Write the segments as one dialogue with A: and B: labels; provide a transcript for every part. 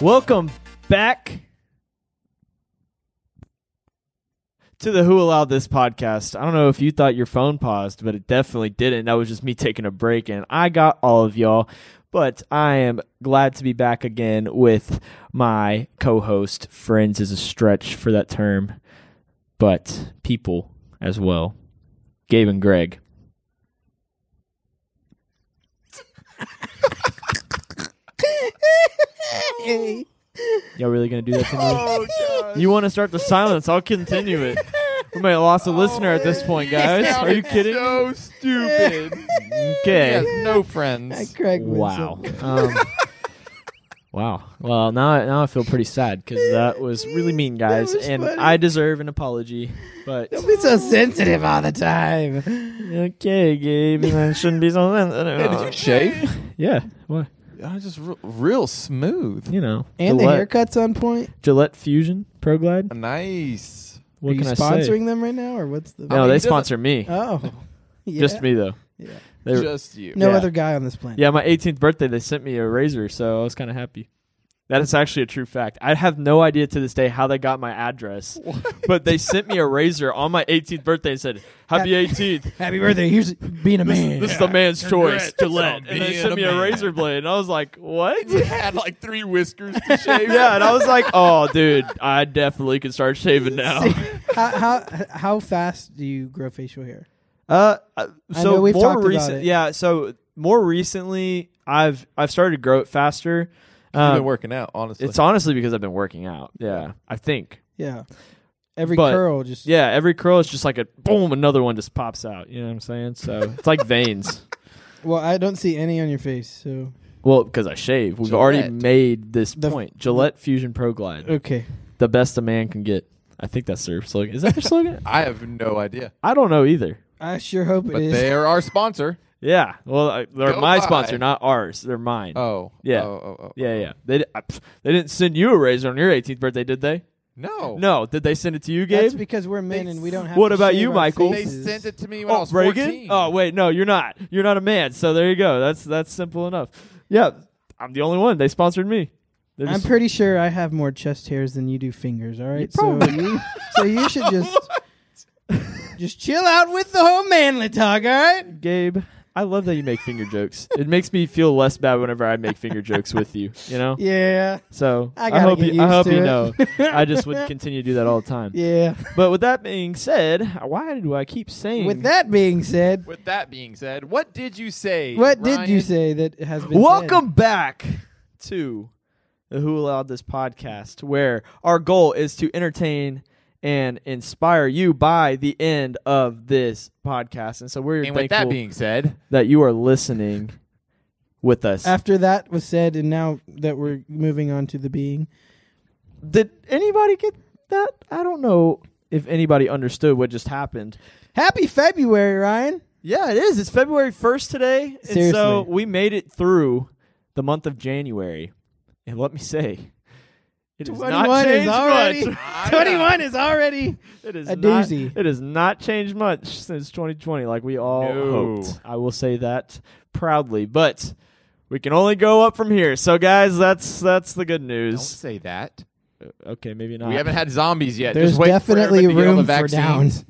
A: Welcome back to the Who Allowed This podcast. I don't know if you thought your phone paused, but it definitely didn't. That was just me taking a break, and I got all of y'all. But I am glad to be back again with my co host. Friends is a stretch for that term, but people as well. Gabe and Greg. Y'all really gonna do that to me?
B: Oh,
A: You want to start the silence? I'll continue it. We might have lost a listener at this point, guys. Are you kidding?
B: So stupid. He
A: Okay.
B: has no friends.
C: I crack
A: Wow.
C: myself.
A: Um, wow. Well, now now I feel pretty sad because that was really mean, guys,
C: was
A: and
C: funny.
A: I deserve an apology. But
C: Don't be so sensitive all the time.
A: okay, Gabe, I shouldn't be so Uh,
B: Did you shave?
A: Yeah. What?
B: I just re- real smooth.
A: You know.
C: And the
A: Gillette,
C: haircut's on point.
A: Gillette Fusion Pro Glide.
B: Nice.
A: What
C: Are you
A: can I
C: sponsoring
A: say?
C: them right now, or what's the?
A: No,
B: mean,
A: they
B: it doesn't-
A: sponsor me.
C: Oh, yeah.
A: Just me though.
C: Yeah.
A: They were-
B: Just you.
C: No
A: Yeah.
C: other guy on this planet.
A: Yeah, my 18th birthday, they sent me a razor, so I was kind of happy. That is actually a true fact. I have no idea to this day how they got my address, but they sent me a razor on my 18th birthday and said, "Happy 18th."
C: Happy birthday. Here's being a man.
A: This is the man's
B: Congrats
A: choice, Gillette.
B: on
A: And they
B: being
A: sent
B: a
A: me a
B: man.
A: razor blade, and I was like, "What?"
B: You had like three whiskers to shave.
A: yeah, and I was like, "Oh, dude, I definitely could start shaving now."
C: how, how how fast do you grow facial hair?
A: Uh, uh,
C: I
A: so
C: know we've
A: more
C: talked about
A: recent,
C: it.
A: yeah. So more recently, I've I've started to grow it faster.
B: You've
A: Um,
B: been working out, honestly.
A: It's honestly because I've been working out. Yeah, I think.
C: Yeah. Every
A: But-
C: curl just
A: Yeah, every curl is just like a boom, another one just pops out. You know what I'm saying? So it's like veins.
C: Well, I don't see any on your face, so
A: Well, because I shave. We've already
B: Gillette. Uh,
A: made this
C: The-
A: point. Gillette Fusion Pro Glide,
C: okay.
A: the best a man can get. I think that's their slogan. Is that their slogan?
B: I have no idea,
A: I don't know either.
C: I sure hope it
B: but
C: is.
B: they're our sponsor.
A: Yeah. Well, I, they're
B: Go
A: my
B: buy.
A: sponsor, not ours. They're mine.
B: Oh,
A: Yeah.
B: Oh, oh, oh.
A: Yeah, yeah. They di- I, pff, they didn't send you a razor on your 18th birthday, did they?
B: No,
A: No. Did they send it to you, Gabe?
C: That's because we're men
B: They
C: and we don't have
A: What
C: to
A: about
C: shave
A: you,
C: our
A: Michael?
B: They
C: faces.
B: sent it to me when I
A: Oh,
B: was
A: Reagan?
B: 14.
A: Oh, wait, no, you're not. You're not a man. So there you go. That's that's simple enough. Yeah, I'm the only one. They sponsored me. They're
C: I'm
A: just-
C: pretty sure I have more chest hairs than you do fingers. All right, so you, so you should just just chill out with the whole manly talk. All right,
A: Gabe, I love that you make finger jokes. It makes me feel less bad whenever I make finger jokes with you. You know.
C: yeah,
A: So
C: I
A: I,
C: gotta
A: hope
C: get
A: you. I
C: used
A: hope
C: to
A: you
C: it.
A: know. I just would continue to do that all the time.
C: yeah.
A: But with that being said, why do I keep saying
C: With that being said,
B: With that being said, what did you say?
C: what did you
B: Ryan?
C: say that has been said?
A: Welcome back to the Who Allowed This podcast, where our goal is to entertain and inspire you by the end of this podcast. And so we're
B: And
A: thankful
B: with that being said,
A: that you are listening with us.
C: After that was said, and now that we're moving on to the being,
A: Did anybody get that? I don't know if anybody understood what just happened.
C: happy February, Ryan.
A: Yeah, it is. It's February 1st today. And so
C: Seriously.
A: we made it through the month of January. And let me say, it has not
C: 21 is
A: changed
C: already-
A: much.
C: Twenty-one is already.
A: It is
C: A
A: not,
C: doozy.
A: It has not changed much since 2020, like we all
B: No.
A: hoped. I will say that proudly, but we can only go up from here. So, guys, that's that's the good
B: don't
A: news.
B: say that.
A: Okay, maybe not.
B: We haven't had zombies yet.
C: There's
B: Just wait
C: definitely
B: for everybody to get all
C: room
B: the
C: for down.
B: vaccines.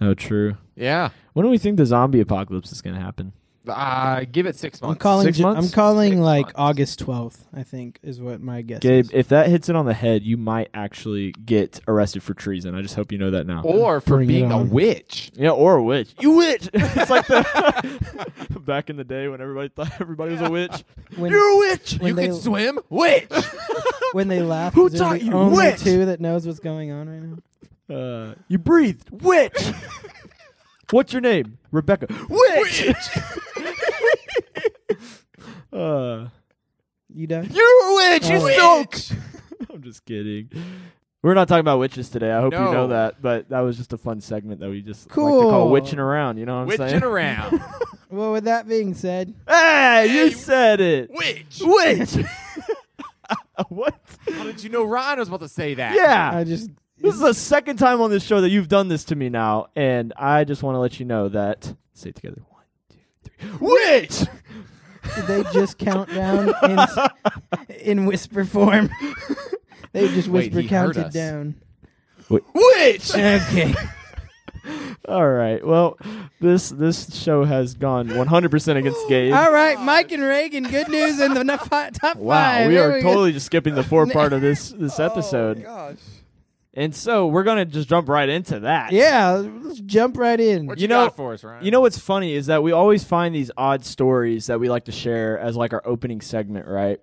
A: oh, true.
B: Yeah.
A: When do we think the zombie apocalypse is going to happen?
B: Uh, give it six
C: I'm
B: months.
C: calling.
A: Six
C: Ju-
A: months?
C: I'm calling
B: Six
C: like
B: months.
C: August 12th. I think is what my guess.
A: Gabe,
C: is.
A: if that hits it on the head, you might actually get arrested for treason. I just hope you know that now.
B: or for
C: Bring it
B: being a
C: on.
B: witch.
A: Yeah, or a witch. You witch. it's like the back in the day when everybody thought everybody was a witch.
C: When-
B: You're a witch.
C: when
B: you
C: they-
B: can swim. Witch.
C: when they laugh.
A: Who
C: 'cause they're
A: taught
C: the
A: you
C: Only
A: wit?
C: two that knows what's going on right now.
A: Uh, you breathed. Witch. What's your name? Rebecca. Witch. uh,
C: You die.
B: You're a witch. You
C: Oh.
B: snoke.
A: I'm just kidding. We're not talking about witches today. I hope you know
B: No.
A: that. But that was just a fun segment that we just like to call
C: Cool.
A: witching around. You know what I'm
B: Witching
A: saying?
B: around.
C: Well, with that being said,
A: Hey, you
B: Hey.
A: said it.
B: witch.
A: Witch. what?
B: How did you know Ryan was about to say that?
A: Yeah.
C: I just
A: This is the second time on this show that you've done this to me now, and I just want to let you know that. Say it together. One, two, three. Witch!
C: Did they just count down in, in whisper form? they just
B: Wait,
C: whisper
B: he heard
C: counted
B: us.
C: down.
B: Which?
C: Okay.
A: All right. Well, this this show has gone 100% against Gabe.
C: All right, Mike and Reagan. Good news in the n- fi- top
A: Wow,
C: five.
A: we
C: There
A: are
C: go.
A: totally just skipping the four part of this this episode.
D: gosh.
A: And so we're gonna just jump right into that.
C: Yeah, let's jump right in.
B: What
A: You
B: you,
A: know-
B: got for us, Ryan?
A: You know what's funny is that we always find these odd stories that we like to share as like our opening segment, right?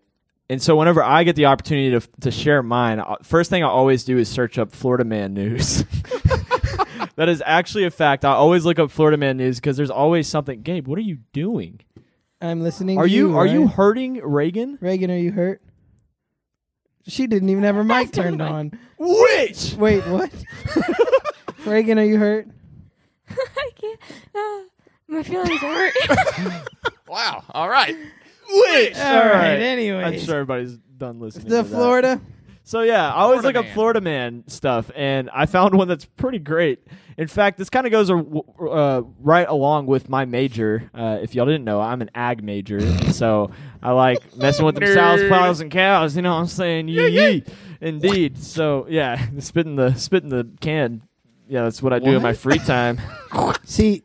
A: And so whenever I get the opportunity to to share mine, uh, first thing I always do is search up Florida Man news. that is actually a fact. I always look up Florida Man news because there's always something. Gabe, what are you doing?
C: I'm listening.
A: Are
C: to you,
A: you are you
C: Ryan.
A: hurting Reagan?
C: Reagan? Are you hurt? She didn't even have her mic turned on.
A: Which?
C: Wait, what? Reagan, are you hurt?
E: I can't. ah, my feelings hurt.
B: wow. All right.
A: Which?
C: All right. Anyway,
A: I'm sure everybody's done listening. to
C: the
A: that.
C: Florida.
A: So yeah, I always
B: Florida
A: look up
B: man.
A: Florida man stuff, and I found one that's pretty great. In fact, this kind of goes uh, uh, right along with my major. Uh, if y'all didn't know, I'm an ag major, so I like messing with them sows,
B: Nerd.
A: plows, and cows. You know what I'm saying? Yee yee. Indeed. So yeah, spitting the spitting the can. Yeah, that's what I do in my
B: What?
A: free time.
C: See,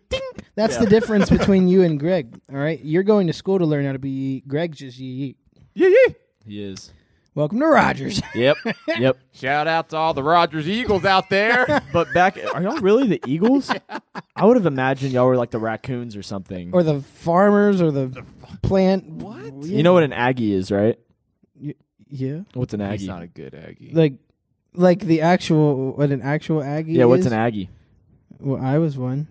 C: that's
A: Yeah.
C: the difference between you and Greg. All right, you're going to school to learn how to be. yee. Greg's just yee yee.
A: yee yee. He is.
C: Welcome to Rogers.
A: Yep. Yep.
B: Shout out to all the Rogers Eagles out there.
A: But back, are y'all really the Eagles? I would have imagined y'all were like the raccoons or something.
C: or the farmers, or the plant. What?
A: you know what an Aggie is, right?
C: Yeah.
A: What's an Aggie?
B: He's not a good Aggie.
C: Like, like the actual what an actual Aggie.
A: yeah, what's
C: is?
A: an Aggie?
C: Well, I was one,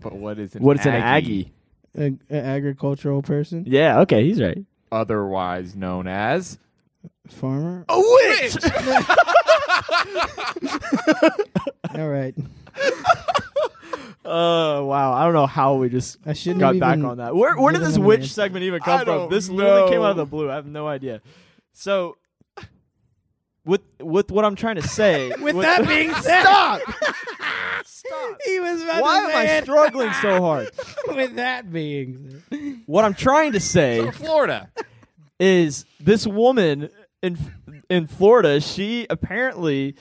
B: but what is an
A: What's an Aggie?
C: an agricultural person,
A: Yeah, okay, he's right.
B: Otherwise known as
C: farmer.
B: a witch.
C: All right,
A: Oh wow, I don't know how we just
C: I shouldn't
A: got
C: have
A: back
C: even-
A: on that. Where where did
C: given
A: this
C: them an
A: witch
C: answer.
A: segment even
B: I
A: come from?
B: don't
A: This literally came
B: know.
A: out of the blue. I have no idea. So, with with what I'm trying to say, with,
C: that being said,
B: Stop.
A: stop.
C: he was about
A: Why
C: to
A: am
C: say
A: I
C: it.
A: struggling so hard?
C: With that being said,
A: What I'm trying to say
B: Florida.
A: is this woman in in Florida, she apparently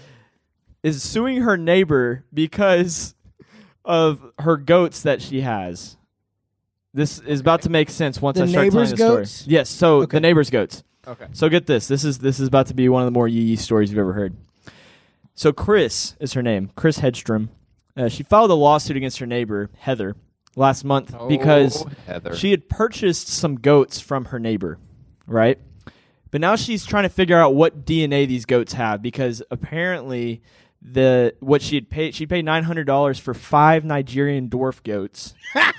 A: is suing her neighbor because of her goats that she has. This is about to make sense once
C: The
A: I start telling
C: neighbor's
A: the
C: goats?
A: story. Yes, so
C: Okay.
A: the neighbor's goats.
B: Okay.
A: So get this. This is this is about to be one of the more yee yee stories you've ever heard. So Chris is her name. Chris Hedstrom. Uh, she filed a lawsuit against her neighbor Heather last month because
B: Oh, Heather.
A: she had purchased some goats from her neighbor, right? But now she's trying to figure out what DNA these goats have because apparently the what she had paid she paid nine hundred dollars for five Nigerian dwarf goats.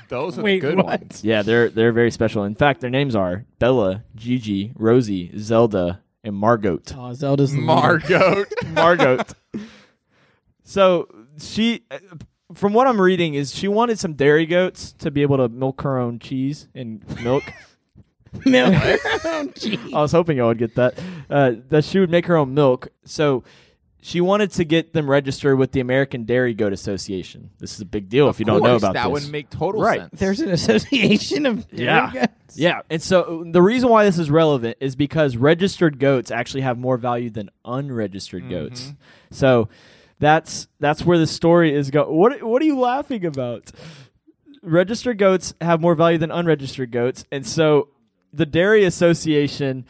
B: Those are
C: Wait,
B: the good
C: what?
B: ones.
A: Yeah, they're they're very special. In fact, their names are Bella, Gigi, Rosie, Zelda, and Margot.
C: oh, Zelda's the leader.
B: Margot.
A: Margot. so she, from what I'm reading, is she wanted some dairy goats to be able to milk her own cheese and milk.
C: milk. oh, gee.
A: I was hoping y'all would get that. Uh, that she would make her own milk. So she wanted to get them registered with the American Dairy Goat Association. This is a big deal if you don't know
B: course,
A: about
B: that
A: this.
B: would make total
A: Right.
B: sense.
C: There's an association of dairy
A: Yeah.
C: goats?
A: yeah, and so uh, the reason why this is relevant is because registered goats actually have more value than unregistered
B: Mm-hmm.
A: goats. So that's that's where the story is going. What what are you laughing about? Registered goats have more value than unregistered goats, and so the dairy association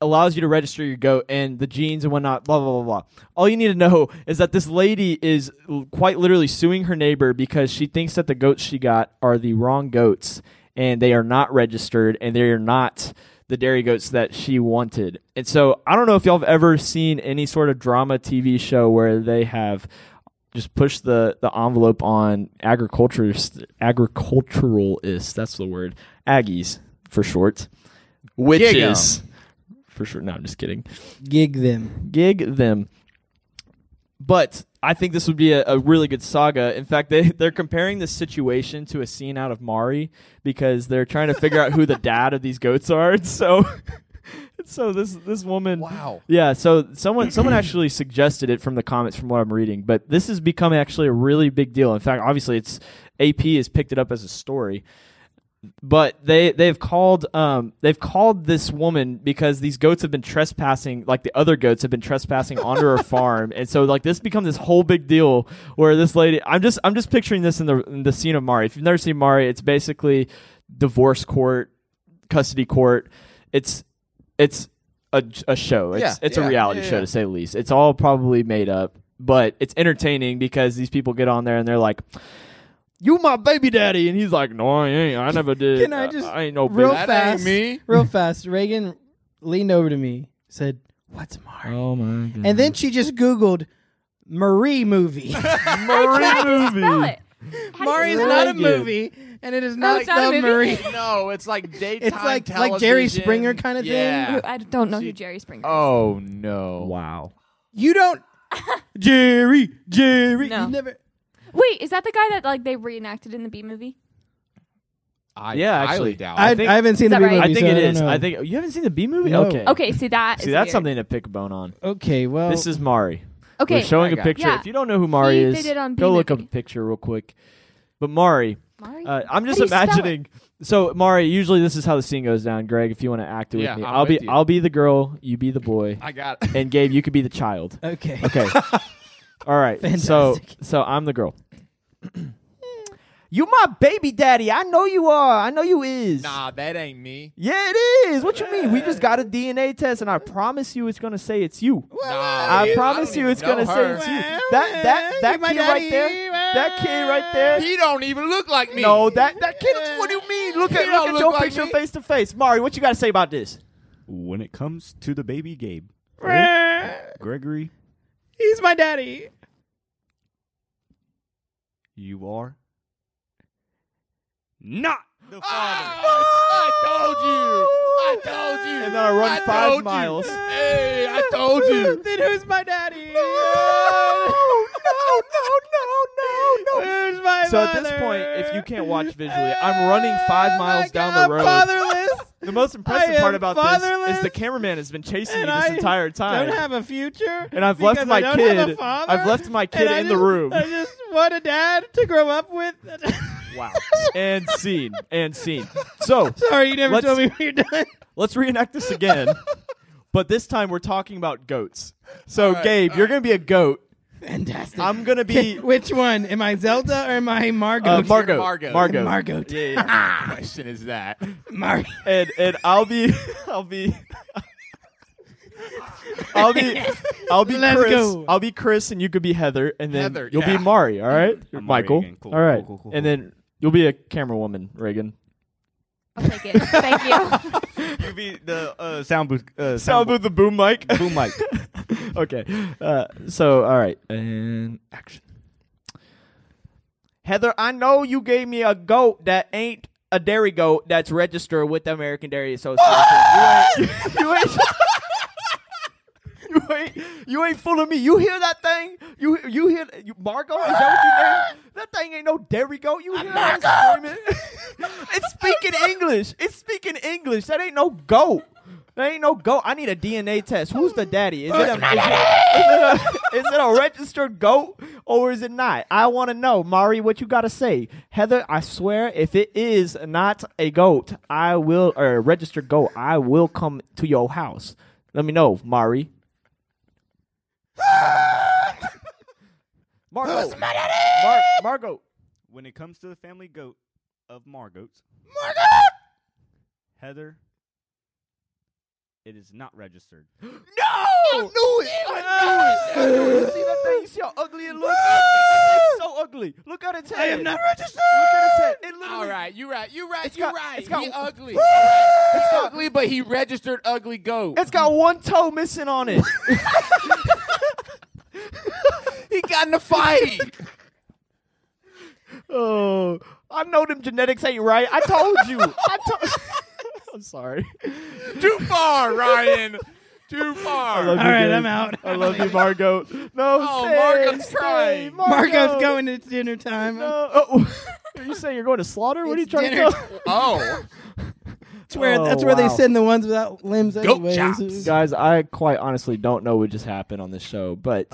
A: allows you to register your goat and the genes and whatnot, blah, blah, blah, blah. All you need to know is that this lady is l- quite literally suing her neighbor because she thinks that the goats she got are the wrong goats and they are not registered and they are not the dairy goats that she wanted. And so I don't know if y'all have ever seen any sort of drama TV show where they have just push the, the envelope on agriculturist agriculturalists. That's the word. Aggies for short. Witches. For sure. No, I'm just kidding.
C: Gig them.
A: Gig them. But I think this would be a, a really good saga. In fact, they, they're comparing this situation to a scene out of Mari because they're trying to figure out who the dad of these goats are. And so so this this woman
B: Wow.
A: yeah, so someone someone actually suggested it from the comments from what I'm reading, but this has become actually a really big deal. In fact, obviously it's AP has picked it up as a story. but they they've called um they've called this woman because these goats have been trespassing like the other goats have been trespassing onto her farm and so like this becomes this whole big deal where this lady I'm just I'm just picturing this in the in the scene of Mari if you've never seen Mari it's basically divorce court custody court it's it's a, a show it's
B: Yeah,
A: it's a
B: yeah,
A: reality
B: yeah,
A: show
B: yeah.
A: to say the least it's all probably made up but it's entertaining because these people get on there and they're like you my baby daddy and he's like no i ain't i never did
C: Can I just-
A: i ain't no
C: Real
A: baby
B: that
C: fast.
B: ain't me.
C: Real fast, Reagan leaned over to me, said, "What's Mari?"
A: oh my god
C: And then she just Googled Marie movie.
A: Marie movie
E: Spell it.
C: Mari is
A: Reagan.
C: not a movie, and it is not,
E: it's not
C: the
E: a movie?
C: Marie.
B: No, it's like daytime
C: It's like- like Jerry
B: television.
C: Springer kinda thing.
B: Yeah.
E: I don't know who Jerry Springer is.
B: Oh no!
A: wow
C: You don't. Jerry, Jerry.
E: No.
C: You never.
E: Wait, is that the guy that like they reenacted in the B movie?
B: I
A: Yeah,
B: highly
A: actually.
B: doubt.
C: I,
A: I think-
C: I haven't seen
E: Is
C: the
E: that
C: B
E: right?
C: movie.
A: i think
C: so
A: it
C: don't
A: is
C: know.
A: i think you haven't seen the b movie
C: No.
A: okay
E: Okay, see that.
A: see
E: is
A: that's
E: weird.
A: something to pick a bone on
C: Okay, well,
A: this is mari
E: Okay,
A: we're showing
B: I
A: a
B: got it.
A: picture
E: Yeah.
A: if you don't know who mari
E: He-
A: is
E: they did on
A: go look up a
E: B-Movie.
A: picture real quick but mari
E: Mari?
A: Uh, I'm
E: How
A: just
E: do you spell it?
A: imagining. So Mari, usually this is how the scene goes down. Greg, if you want to act it
B: Yeah,
A: with me,
B: I'm
A: will be
B: with you.
A: I'll be the girl, you be the boy,
B: I got. It.
A: and Gabe, you could be the child.
C: okay.
A: Okay. All right. So
C: Fantastic.
A: so I'm the girl. you my baby daddy. I know you are. I know you is.
B: Nah, that ain't me.
A: Yeah, it is. What you mean? We just got a DNA test, and I promise you, it's gonna say it's you.
B: Nah,
A: I
B: dude,
A: promise
B: don't
A: you,
B: even
A: it's
B: know
A: gonna say
B: her.
A: it's you. That that that kid right there. That kid right there.
B: He don't even look like me.
A: No, that that kid. What do you mean? Look at
B: He
A: look
B: don't
A: at
B: look
A: your
B: like
A: picture
B: me.
A: face to face, Mari. What you got to say about this?
D: When it comes to the baby Gabe, Gregory,
C: He's my daddy.
D: you are not the father.
B: Ah, I told Oh, you. I told you.
A: And then I run five
B: told you.
A: miles.
B: Hey, I told you.
C: then who's my daddy?
A: no, no,
C: Who's my
A: So at this
C: mother?
A: point, if you can't watch visually, I'm running five
C: Oh my
A: miles down
C: God,
A: the road.
C: I'm fatherless.
A: The most impressive
C: am
A: part about this
C: fatherless,
A: is the cameraman has been chasing me
C: and
A: this
C: I
A: entire time.
C: Don't have a future.
A: And I've left
C: because
A: my
C: I don't
A: kid-
C: Have a father,
A: I've left my kid
C: and I
A: in the
C: just-
A: room.
C: I just want a dad to grow up with.
A: wow. And scene. And scene. So
C: Sorry, you never
A: Let's-
C: told me when you're done.
A: let's reenact this again. But this time we're talking about goats. So
B: right,
A: Gabe, you're gonna be a goat.
C: Fantastic.
A: I'm gonna be
C: Which one? Am I Zelda or am I Margot?
A: uh, Margot.
B: Margot.
A: Margot.
B: Margot.
C: Margot.
A: Yeah, yeah, yeah.
B: Ah, question is that?
C: Mar-
A: and and I'll be I'll be I'll be I'll be
C: Let's
A: Chris.
C: go.
A: I'll be Chris, and you could be Heather, and then
B: Heather,
A: you'll
B: yeah.
A: be Mari. All right,
D: I'm Mari
A: Michael.
D: again. Cool,
A: all right,
D: cool, cool, cool,
A: and
D: cool.
A: then you'll be a camera woman, Reagan.
E: I'll take it. Thank you.
D: You be the uh, sound booth. Uh,
A: Sound booth, the boom mic.
D: booth. Boom mic.
A: okay, uh, so all right, and action. Heather, I know you gave me a goat that ain't a dairy goat that's registered with the American Dairy Association. You ain't, you ain't, you ain't, you ain't fooling me. You hear that thing? You you hear you, Margo? Is that what you name? That thing ain't no dairy goat. You hear that screaming? it's speaking English. It's speaking English. That ain't no goat. That ain't no goat. I need a DNA test. Who's the daddy? Is it a, is it- is it a- is it a registered goat or is it not? I want to know, Mari. What you gotta say, Heather? I swear, if it is not a goat, I will or a registered goat, I will come to your house. Let me know, Mari. Margo. Mar- Margo.
D: When it comes to the family goat of Margoats, Margot, Heather, it is not registered.
A: No! I knew it! I knew it! You see that thing? You see how ugly it looks? it's so ugly. Look at its head.
C: I am not registered.
A: Look at its head. It literally.
B: All right, you right, you right,
A: It's
B: you
A: got-
B: right.
A: it's got-
B: he ugly. It's ugly, but he registered ugly goat.
A: It's got one toe missing on it.
B: he got in a fight.
A: oh, I know them genetics ain't right. I told you. I told. I'm sorry.
B: Too far, Ryan. Too far.
A: love
C: All right,
A: Again.
C: I'm out.
A: I love you, Margot. No,
B: Oh,
A: stay,
B: Margot's
A: stay,
B: crying.
A: Margot.
C: Margot's going. It's dinner time.
A: No. Oh. are you saying you're going to slaughter? what are you
C: It's
A: trying
C: dinner.
A: to do?
B: oh,
C: That's where
A: Oh,
C: that's where
A: wow.
C: they send the ones without limbs.
B: Goat
C: anyways.
B: chops.
A: Guys, I quite honestly don't know what just happened on this show, but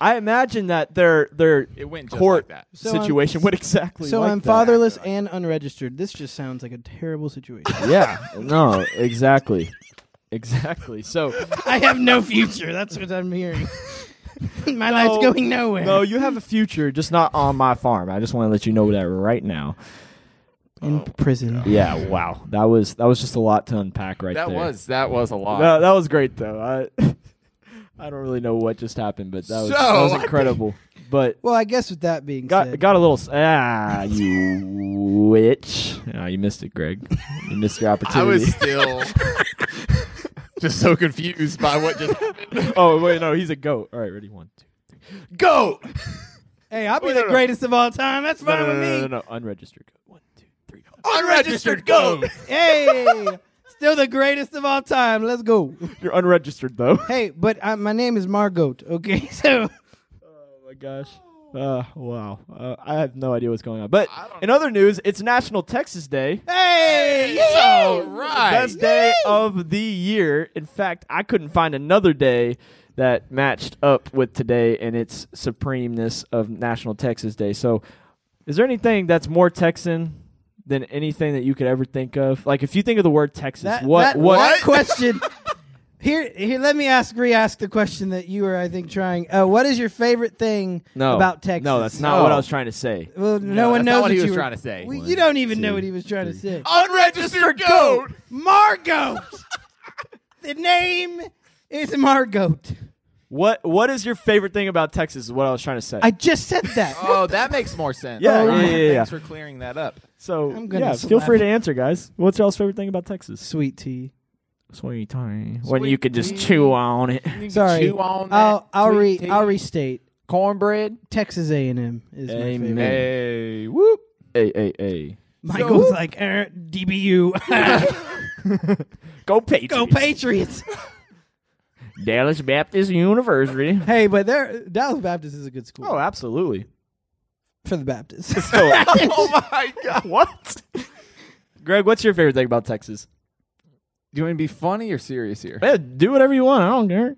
A: I imagine that their their
B: It went just
A: court
B: like that.
C: So I'm-
A: situation would exactly.
C: So
A: like
C: I'm
A: that.
C: fatherless and unregistered. This just sounds like a terrible situation.
A: Yeah. No. Exactly. Exactly. So
C: I have no future. That's what I'm hearing. My life's
A: No.
C: going nowhere.
A: no, you have a future, just not on my farm. I just want to let you know that right now.
C: In prison.
A: Yeah. Wow. That was that was just a lot to unpack right
B: that
A: there.
B: was that was a lot.
A: That, that was great though. I I don't really know what just happened, but that was that
B: So,
A: was
B: I think-
A: incredible. But
C: Well, I guess with that being
A: got
C: said,
A: got a little s- ah you witch. Ah, you missed it, Greg. You missed your
B: I
A: opportunity.
B: was still just so confused by what just happened.
A: oh wait, no, he's a goat. All right, ready, one, two.
B: Go.
C: hey, I'll be
B: Wait,
C: the
B: no, no.
C: greatest of all time. That's
A: No,
C: fine
A: no, no,
C: with
A: no,
C: me.
A: no, no, unregistered goat. One, two, three.
B: Unregistered goat.
C: Hey, still the greatest of all time. Let's go.
A: You're unregistered though.
C: Hey, but uh, my name is Margot. Okay, so
A: Oh my gosh. Uh, wow. Uh, I have no idea what's going on. But
B: I don't
A: in other news, it's National Texas Day.
C: hey,
B: All right.
A: Best day of the year. In fact, I couldn't find another day that matched up with today and its supremeness of National Texas Day. So, is there anything that's more Texan than anything that you could ever think of? Like, if you think of the word Texas,
C: that,
A: what,
C: that-
A: what,
C: that question? Here, here. Let me ask, re-ask the question that you were, I think, trying. Uh, what is your favorite thing
A: No,
C: about Texas? Oh.
A: No, that's not
B: No.
A: what I was trying to say.
C: Well, no,
B: No,
C: one
B: that's
C: knows
B: not what he
C: you
B: was
C: were-
B: trying to say.
C: We-
A: One,
C: you don't even
A: two,
C: know what he was trying to say.
B: Unregistered goat.
C: Margot. the name is Margot.
A: What What is your favorite thing about Texas? Is what I was trying to say.
C: I just said that.
B: Oh, that makes more sense.
A: Yeah,
B: Ryan,
A: yeah, yeah, yeah.
B: Thanks for clearing that up.
A: so
C: I'm gonna
A: yeah, feel
C: slap
A: free to
C: you.
A: answer, guys. What's y'all's favorite thing about Texas?
C: Sweet tea.
A: Sweet time. When
B: Sweet
A: you could just
B: tea.
A: chew on it.
C: Sorry.
B: Chew on that
C: I'll I'll
B: sweet
C: re
B: tea.
C: I'll restate.
B: cornbread.
C: Texas A and M is
A: Amen.
C: my favorite.
B: Hey, whoop.
A: Hey, hey, hey.
C: Michael's like er, DBU.
A: Go Patriots.
C: Go Patriots.
A: Dallas Baptist University.
C: hey, but there Dallas Baptist is a good school
A: Oh, absolutely.
C: for the Baptists.
A: So,
B: Oh my god.
A: what? Greg, what's your favorite thing about Texas?
B: Do you want to be funny or serious here?
A: Eh, do whatever you want. I don't care.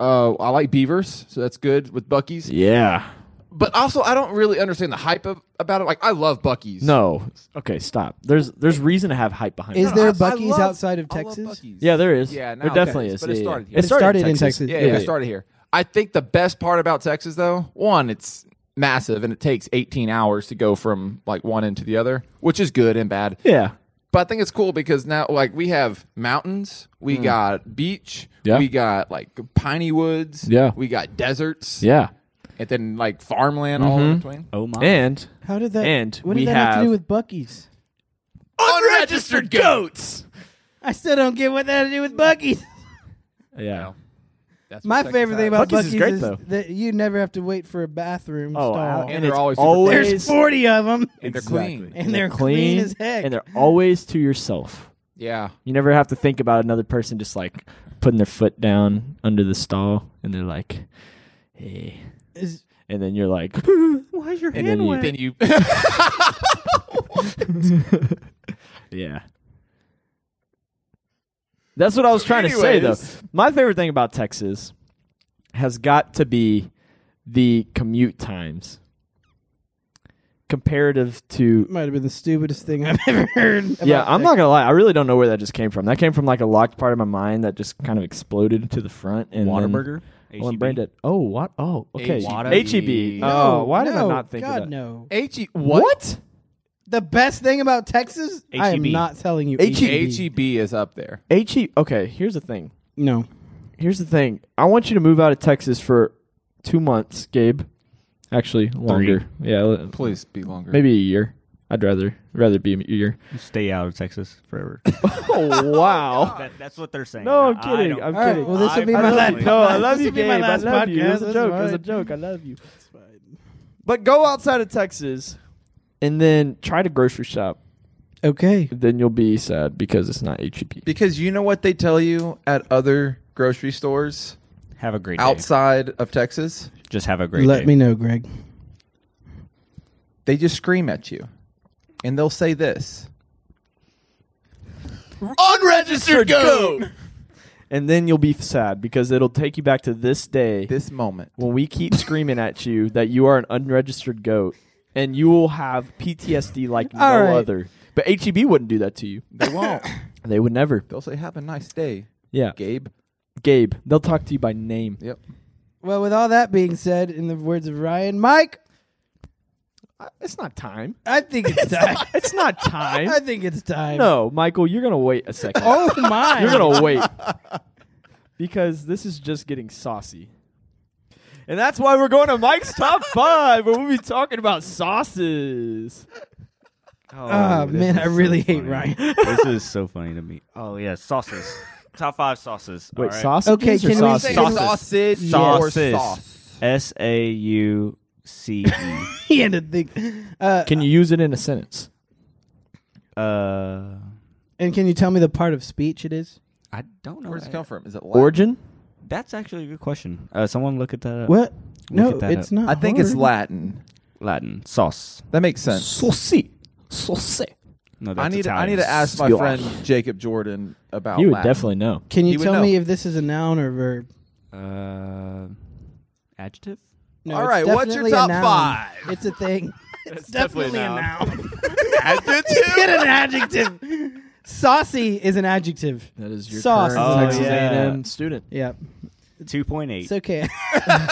B: Uh, I like beavers, so that's good with Bucky's.
A: Yeah.
B: But also, I don't really understand the hype of, about it. Like, I love Bucky's.
A: No. Okay, stop. There's there's reason to have hype behind
C: Is
A: it.
C: there
B: No, I- I
C: Buc-ee's
B: love-
C: outside of
B: I love
C: Texas?
B: Buc-ee's.
A: Yeah, there is.
B: Yeah,
A: there
B: now
A: definitely
B: there
A: is.
B: is, but it
A: Yeah, yeah, yeah.
B: started here. But
C: it started in Texas.
B: Yeah,
A: You're
B: yeah, I
A: right.
B: started here. I think the best part about Texas, though, one, it's massive and it takes 18 hours to go from like one end to the other, which is good and bad.
A: Yeah.
B: But I think it's cool because now, like, we have mountains, we got beach,
A: Hmm. Yeah.
B: we got like piney woods,
A: Yeah.
B: we got deserts,
A: Yeah. Mm-hmm.
B: and then like farmland all in between.
D: Oh my!
A: And
C: How did that?
A: And
C: what did
A: we
C: that have to
A: have-
C: do with Bucky's?
B: Unregistered goats.
C: I still don't get what that had to do with Bucky's.
A: yeah.
B: That's
C: My
B: what Texas
C: favorite thing
B: has.
C: about
A: Buc-ee's
C: Bucky's
A: is
C: is,
A: great, though.
C: that you never have to wait for a bathroom
A: Oh,
C: stall.
A: wow.
B: And
A: and
B: they're
A: it's
B: always
A: always,
B: super clean.
C: There's 40 of them.
B: and they're
A: Exactly.
B: clean.
C: And they're clean as heck.
A: And they're always to yourself.
B: Yeah.
A: You never have to think about another person just like putting their foot down under the stall and they're like, hey.
C: Is-
A: And then you're like, why is your
B: And
A: hand
B: then you,
A: wet?
B: then you
A: yeah. That's what I was trying to say,
B: anyways.
A: though. My favorite thing about Texas has got to be the commute times comparative to.
C: might have been the stupidest thing I've ever heard.
A: yeah,
C: about
A: I'm
C: that.
A: not going to lie. I really don't know where that just came from. That came from like a locked part of my mind that just kind of exploded to the front. And then-
D: Whataburger. E
A: Well,
D: H-E-B.
A: and Brandon. Oh, what? Oh, okay.
B: H-E-B.
A: H-E-B.
C: No,
A: Oh, why did I
C: no,
A: not think
C: God,
A: of that?
C: no.
B: H-E-
A: What?
C: The best thing about Texas, I am
D: H-E-B.
C: not telling you.
B: E
C: E
A: H-E-
B: H-E-B is up there.
A: H-E- E, okay, here's the thing.
C: No.
A: Here's the thing. I want you to move out of Texas for two months, Gabe. Actually, longer. Yeah, l-
B: Please be longer.
A: maybe a year. I'd rather rather be a year.
D: Stay out of Texas forever.
A: Oh, wow.
D: that, that's what they're saying.
A: No, I'm
D: I
A: kidding.
D: don't-
A: I'm
C: All right,
A: kidding.
C: well, this will
D: I
C: be
A: I
C: my
A: love
D: personally-
C: last
A: you. No, I
C: podcast.
A: love you,
C: This'll be
A: Gabe.
C: my
A: I
C: last
A: love you. It was
C: podcast.
A: a
C: That's
A: joke. It was a
C: fine.
A: joke. I love you. But go outside of Texas and then try to grocery shop.
C: Okay.
A: Then you'll be sad because it's not E H-E-B.
B: Because you know what they tell you at other grocery stores
D: Have a great day.
B: outside of Texas?
D: Just have a great
C: Let
D: day.
C: me know, Greg.
B: They just scream at you. And they'll say this. Unregistered goat.
A: and then you'll be sad because it'll take you back to this day
B: This moment.
A: when we keep screaming at you that you are an unregistered goat, and you will have PTSD like no
C: All right.
A: other. But HEB wouldn't do that to you.
B: They won't.
A: They would never.
B: They'll say, "Have a nice day,
A: Yeah,
B: Gabe."
A: Gabe. They'll talk to you by name.
B: Yep.
C: Well, with all that being said, in the words of Ryan, Mike,
A: It's not time.
C: I think it's time.
A: It's not time.
C: I think it's time.
A: No, Michael, you're gonna wait a second.
C: Oh my!
A: You're gonna wait because this is just getting saucy, and that's why we're going to Mike's top five, where we'll be talking about sauces.
C: Ah,
D: Oh, this
C: man,
D: is
C: I really
D: so
C: hate
D: funny.
C: Ryan.
D: this is so funny to me. Oh yeah, sauces. Top five sauces.
A: Wait,
D: All right.
A: sausages
C: Okay,
A: or
C: can we say
A: sauces?
C: Sauces.
B: Sausage.
D: Sauces.
B: Or sauce.
D: S A U C E.
C: he had to think. Uh,
A: Can you use it in a sentence?
D: Uh,
C: and can you tell me the part of speech it is?
D: I don't know.
B: Where does it
D: I-
B: come from? Is it Latin?
A: Origin?
D: That's actually a good question. Uh, someone look at that. up.
C: What?
D: Look
C: no,
D: at that
C: it's
D: up.
C: not.
B: I think it's
C: hard.
B: Latin.
D: Latin sauce.
B: That makes sense.
A: Saucy. Saucy.
D: No, that's
B: I need.
D: Italian.
B: I need to ask my
A: Squash.
B: friend Jacob Jordan about.
A: You would
B: Latin.
A: definitely know.
C: Can
B: He
C: you
B: would
C: tell
B: know.
C: me if this is a noun or verb?
D: Uh, adjective.
C: No,
B: All
C: it's
B: right, what's your
C: definitely a
B: top
C: noun.
B: five?
C: It's a thing.
D: It's
C: definitely a noun. Get
B: Adjective.
C: an adjective. Saucy is an adjective.
A: That is
C: your Sauce. current
D: Oh, Texas yeah.
A: A&M student.
C: Yeah,
D: Two point eight.
C: it's okay.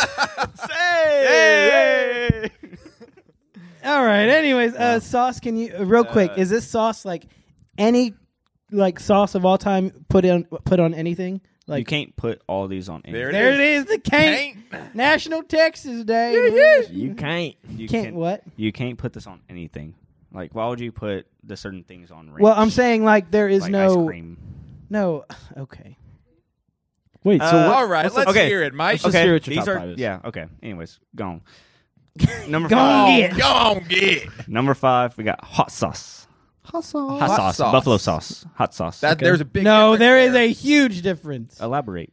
D: Hey!
C: All right. Anyways, uh, sauce. Can you uh, real quick? Is this sauce like any like sauce of all time put on put on anything? Like
D: you can't put all these on. Anything.
B: There
C: there it is. The can't. National Texas Day.
A: You can't.
D: You
C: Can't what?
D: You can't put this on anything. Like, why would you put the certain things on? Ranch?
C: Well, I'm saying like there is
D: like
C: no
D: ice cream.
C: no. Okay.
A: Wait, so
D: Uh,
A: what?
B: All right.
D: What's
B: Let's
D: the- okay.
B: hear it,
A: Let's
B: Mike.
A: just hear what your
D: these
A: top
D: are
A: five is.
D: yeah. Okay. Anyways, gone. Number
C: Go on,
D: five.
C: get it.
B: Go on, get.
D: Number five. We got hot sauce.
A: Hot sauce.
D: Hot,
B: Hot
D: sauce.
B: sauce.
D: Buffalo sauce. Hot sauce.
B: That there's a big.
C: No,
B: difference
C: there is a huge difference.
D: Elaborate.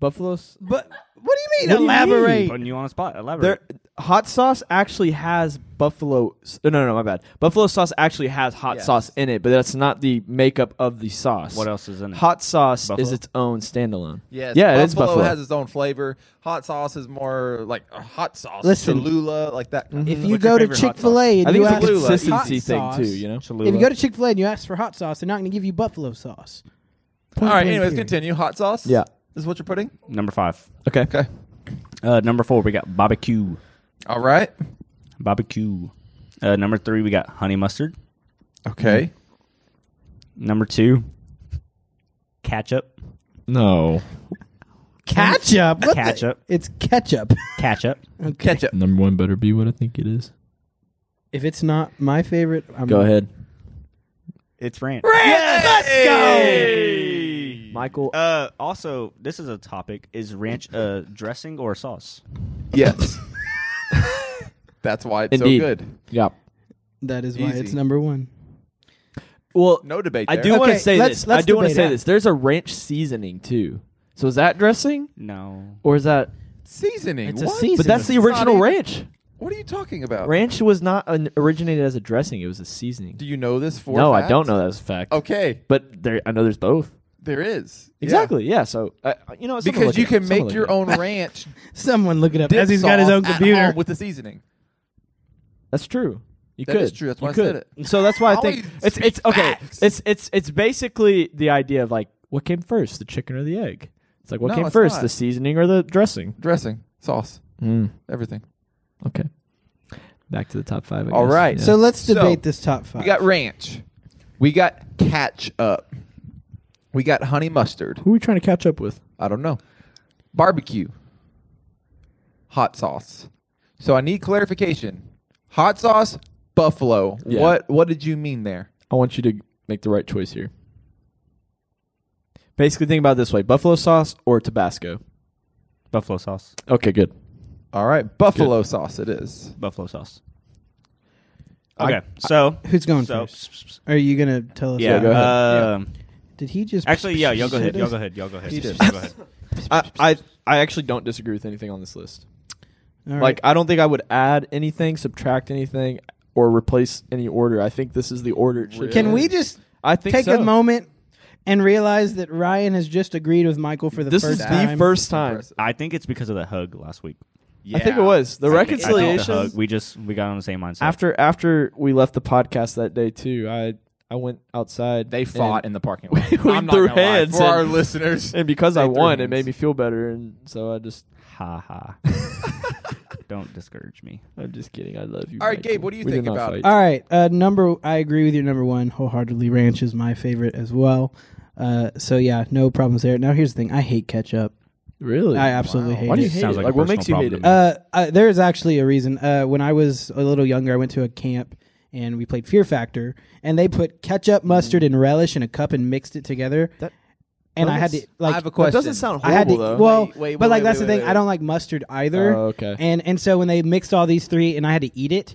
A: Buffalo. s-
C: But what do you mean
A: What do you
C: elaborate?
A: mean?
D: Putting you on the spot. Elaborate.
A: There, hot sauce actually has buffalo. s- oh, No, no, no, my bad. Buffalo sauce actually has hot
B: Yes.
A: sauce in it, but that's not the makeup of the sauce.
D: what else is in it?
A: Hot sauce is
D: Buffalo?
A: its own standalone.
B: Yes.
A: yeah,
B: buffalo
A: it is buffalo.
B: has its own flavor. Hot sauce is more like a hot sauce.
C: Listen.
B: Cholula, like that.
C: If
B: Mhm.
C: you
D: What's your
C: go to
D: favorite hot
C: Chick Fil A and
A: I think
C: you
A: it's a
C: ask for hot
A: consistency thing
C: sauce,
A: too. You know.
D: Cholula.
C: If you go to Chick Fil A and you ask for hot sauce, they're not going to give you buffalo sauce.
B: All
C: Point
B: right.
C: blank
B: Anyways,
C: period.
B: continue. Hot sauce.
A: Yeah.
B: This is what you're putting.
D: number five.
A: Okay.
B: Okay.
D: Uh, number four, we got barbecue.
B: All right.
D: Barbecue. Uh, number three, we got honey mustard.
B: Okay.
A: Mm-hmm.
D: Number two, ketchup.
A: No.
C: Ketchup. What the-
D: Ketchup.
C: It's ketchup.
D: Ketchup.
C: Okay.
B: Ketchup.
A: Number one better be what I think it is.
C: If it's not my favorite, I'm
A: Go ahead,
D: It's ranch.
C: Let's go.
A: Michael.
D: Uh, also, this is a topic: is ranch a dressing or a sauce?
B: Yes. That's why it's
A: Indeed.
B: so good.
A: yeah.
C: That is why
B: Easy.
C: it's number one.
A: Well,
B: No debate.
A: I
B: there.
A: do want to
C: Okay,
A: say
C: let's-
A: this.
C: let's
A: I do want to
C: debate
A: say
C: it.
A: this. There's a ranch seasoning too. So is that dressing
D: No.
A: or is that?
B: seasoning.
C: It's a
B: what?
C: season-
A: But that's the
B: It's not
A: original
B: even-
A: ranch.
B: What are you talking about?
A: Ranch was not an, originated as a dressing. It was a seasoning.
B: Do you know this for?
A: no,
B: a
A: I
B: fact?
A: don't know that's a fact.
B: Okay,
A: But there, I know there's both.
B: there is Yeah.
A: Exactly. Yeah. so uh, you know, it's something to look
B: Because you
A: at,
B: can
A: something to
B: make
A: look
B: your
A: at.
B: own ranch
C: Someone look it up
B: dip
C: as he's got his
B: sauce
C: own
B: at
C: computer.
B: home with the seasoning.
A: That's true. You
B: That
A: could.
B: is true. That's
A: You
B: why I
A: could.
B: said
A: So that's why I
B: I
A: think
B: always
A: it's
B: speak
A: it's okay.
B: facts.
A: It's it's it's basically the idea of like what came first, the chicken or the egg. It's like what
B: No,
A: came
B: it's
A: first,
B: not.
A: the seasoning or the dressing.
B: Dressing, sauce,
A: Mm,
B: everything.
A: okay. Back to the top five. I
B: All
A: guess.
B: right,
A: Yeah.
C: So let's
B: So,
C: debate this top five.
B: We got ranch. We got catch up. We got honey mustard.
A: who are we trying to catch up with?
B: I don't know. Barbecue. Hot sauce. So I need clarification. Hot sauce, buffalo.
A: Yeah.
B: What what did you mean there?
A: I want you to make the right choice here. Basically, think about it this way: buffalo sauce or Tabasco.
D: Buffalo sauce.
A: Okay, good.
B: All right, buffalo sauce it is.
D: Buffalo sauce.
A: I-
D: Okay, so
C: Who's going
D: so
C: first? Are you gonna tell us?
D: yeah.
A: go ahead.
D: um,
C: Did he just?
D: Actually, yeah. Y'all go ahead. Y'all go ahead. Y'all go ahead.
C: He
D: Y'all
C: did.
D: go ahead.
A: I, I I actually don't disagree with anything on this list.
C: All right.
A: Like I don't think I would add anything, subtract anything, or replace any order. I think this is the order it should.
B: Really?
A: be
C: can
A: in.
C: we just
A: I think
C: take
A: so.
C: a moment and realize that Ryan has just agreed with Michael for the
A: this
C: first
A: is the
C: time.
A: first time.
B: Impressive.
D: I think it's because of the hug last week.
B: Yeah.
A: I think it was the
B: I think-
D: I think the
A: reconciliation.
D: hug. We just we got on the same mindset.
A: After after we left the podcast that day too, I I went outside.
B: They
A: and-
B: fought in the parking lot.
A: We
B: I'm not
A: threw
B: gonna lie.
A: hands
B: for our
A: and-
B: listeners.
A: and because
B: They
A: I
B: threw
A: won, it
B: hands.
A: made me feel better, and so I just
D: ha ha. Don't discourage me.
A: I'm just kidding. I love you.
B: All right,
A: Michael.
B: Gabe, what do you
A: We did
B: think
A: not
B: about
A: fight.
C: All right, uh, number. I agree with your number one wholeheartedly. Ranch is my favorite as well. Uh, so yeah, no problems there. Now here's the thing: I hate ketchup.
A: Really?
C: I absolutely hate
A: Why do
C: it.
A: you
D: It
A: hate
D: sounds
A: it?
D: like a
A: Like, what
D: personal
A: makes you hate
D: problem
A: it?
D: to me.
C: Uh, uh, there is actually a reason. Uh, when I was a little younger, I went to a camp and we played Fear Factor, and they put ketchup, mustard, and relish in a cup and mixed it together.
A: That-
C: and
A: that
C: I had
A: was-
C: to like.
B: I have a
A: that
B: question.
A: doesn't sound
C: I
A: horrible
C: had to
A: though.
C: well,
B: Wait, wait,
C: but like
B: wait,
C: that's
B: wait,
C: the
B: wait,
C: thing.
B: wait.
C: I don't like mustard either.
A: Oh, okay.
C: And and so when they mixed all these three, and I had to eat it,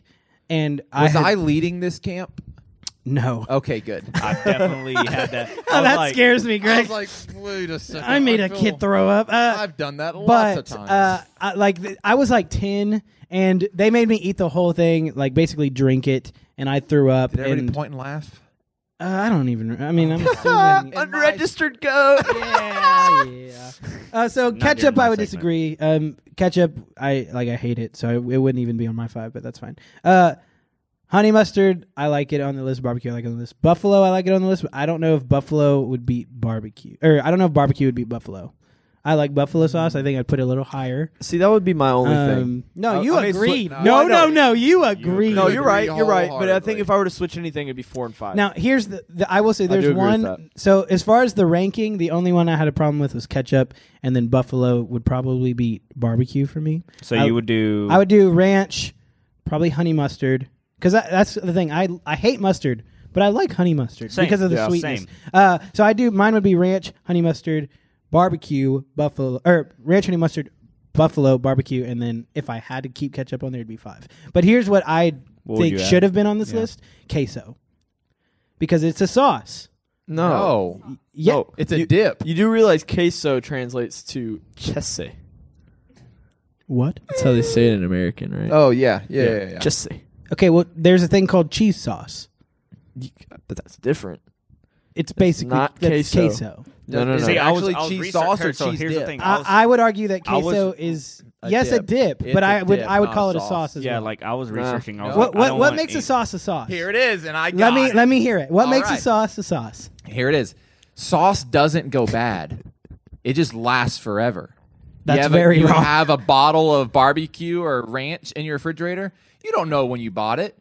C: and I,
B: Was
C: had,
B: I Oh, leading this camp?
C: no.
B: Okay, good.
D: I definitely had that. I
C: Oh,
D: was
C: that
D: like,
C: scares me,
B: I
C: Greg.
B: was like, wait a second.
C: I made
B: a
C: a kid throw up. Uh,
B: I've done that lots of
C: but
B: times.
C: uh, I, like th- I was like ten, and they made me eat the whole thing, like basically drink it, and I threw up.
B: Did everybody
C: and,
B: point and laugh?
C: Uh, I don't even. I mean, I'm assuming.
A: Unregistered goat.
C: yeah, yeah. Uh, so
D: Not
C: ketchup,
D: during my
C: I would
D: segment.
C: disagree. Um, ketchup, I like. I hate it, so it, it wouldn't even be on my five. But that's fine. Uh, honey mustard, I like it on the list. Barbecue, I like it on the list. Buffalo, I like it on the list. But I don't know if buffalo would beat barbecue, or I don't know if barbecue would beat buffalo. I like buffalo sauce. I think I'd put it a little higher.
A: See, that would be my only thing.
C: Um, no,
B: I-
C: you
B: Oh, I mean, sli-
C: agreed.
B: no,
C: no,
B: I
C: no,
B: don't.
C: no, you agreed.
B: agree. No, you're right, you're right, but I think if
A: I were to switch anything, it'd be four and five.
C: Now here's the, the I will say
A: do
C: there's
A: agree with
C: one. So as far as the ranking, the only one I had a problem with was ketchup, and then buffalo would probably beat barbecue for me.
D: So
C: I-
D: you would do.
C: I would do ranch, probably honey mustard, because that's the thing. I I hate mustard, but I like honey mustard
D: Same.
C: because of the
D: Yeah.
C: sweetness.
D: Same.
C: Uh, so I do mine would be ranch, honey mustard, barbecue, buffalo, or ranch, honey mustard, buffalo, barbecue, and then if I had to keep ketchup on there, it'd be five. But here's what I
D: What would
C: think
D: you add?
C: should have been on this list: queso, because it's a sauce.
A: no.
B: No.
C: Yeah,
A: No.
B: It's a
A: You-
B: dip.
A: You do realize queso translates to chese.
C: what?
A: That's how they say it in American, right?
B: Oh, yeah. Yeah, yeah, yeah.
A: Chese.
C: Okay, well, there's a thing called cheese sauce.
A: You- But that's different.
C: It's basically
A: not
C: that's
A: queso.
C: queso.
A: No, no, no.
B: Is it
D: See, I was-
B: actually
D: I was
B: cheese
D: research-
B: sauce or
D: so
B: cheese
D: here's
B: dip?
D: The thing. I
C: I,
D: was-
C: I would argue that
D: I was-
C: queso is
B: A
C: yes a
B: dip.
C: dip,
B: It's
C: but
B: a
C: I would
B: dip,
C: I would
B: not
C: call
B: a
C: it a
B: sauce.
C: sauce. As
D: yeah,
C: well.
D: like I was
A: Nah.
D: researching. I was
B: No.
D: like,
C: what
D: I
C: what
D: don't
C: what
D: wanna
C: makes a
D: eat-
C: sauce a sauce?
B: Here it is, and I
C: let
B: got
C: me
B: it.
C: let me hear it. What
B: All
C: makes a
B: right.
C: sauce a sauce?
B: Here it is. Sauce doesn't go bad. It just lasts forever.
C: That's
B: you have
C: very
B: a, you
C: wrong.
B: have a bottle of barbecue or ranch in your refrigerator. You don't know when you bought it.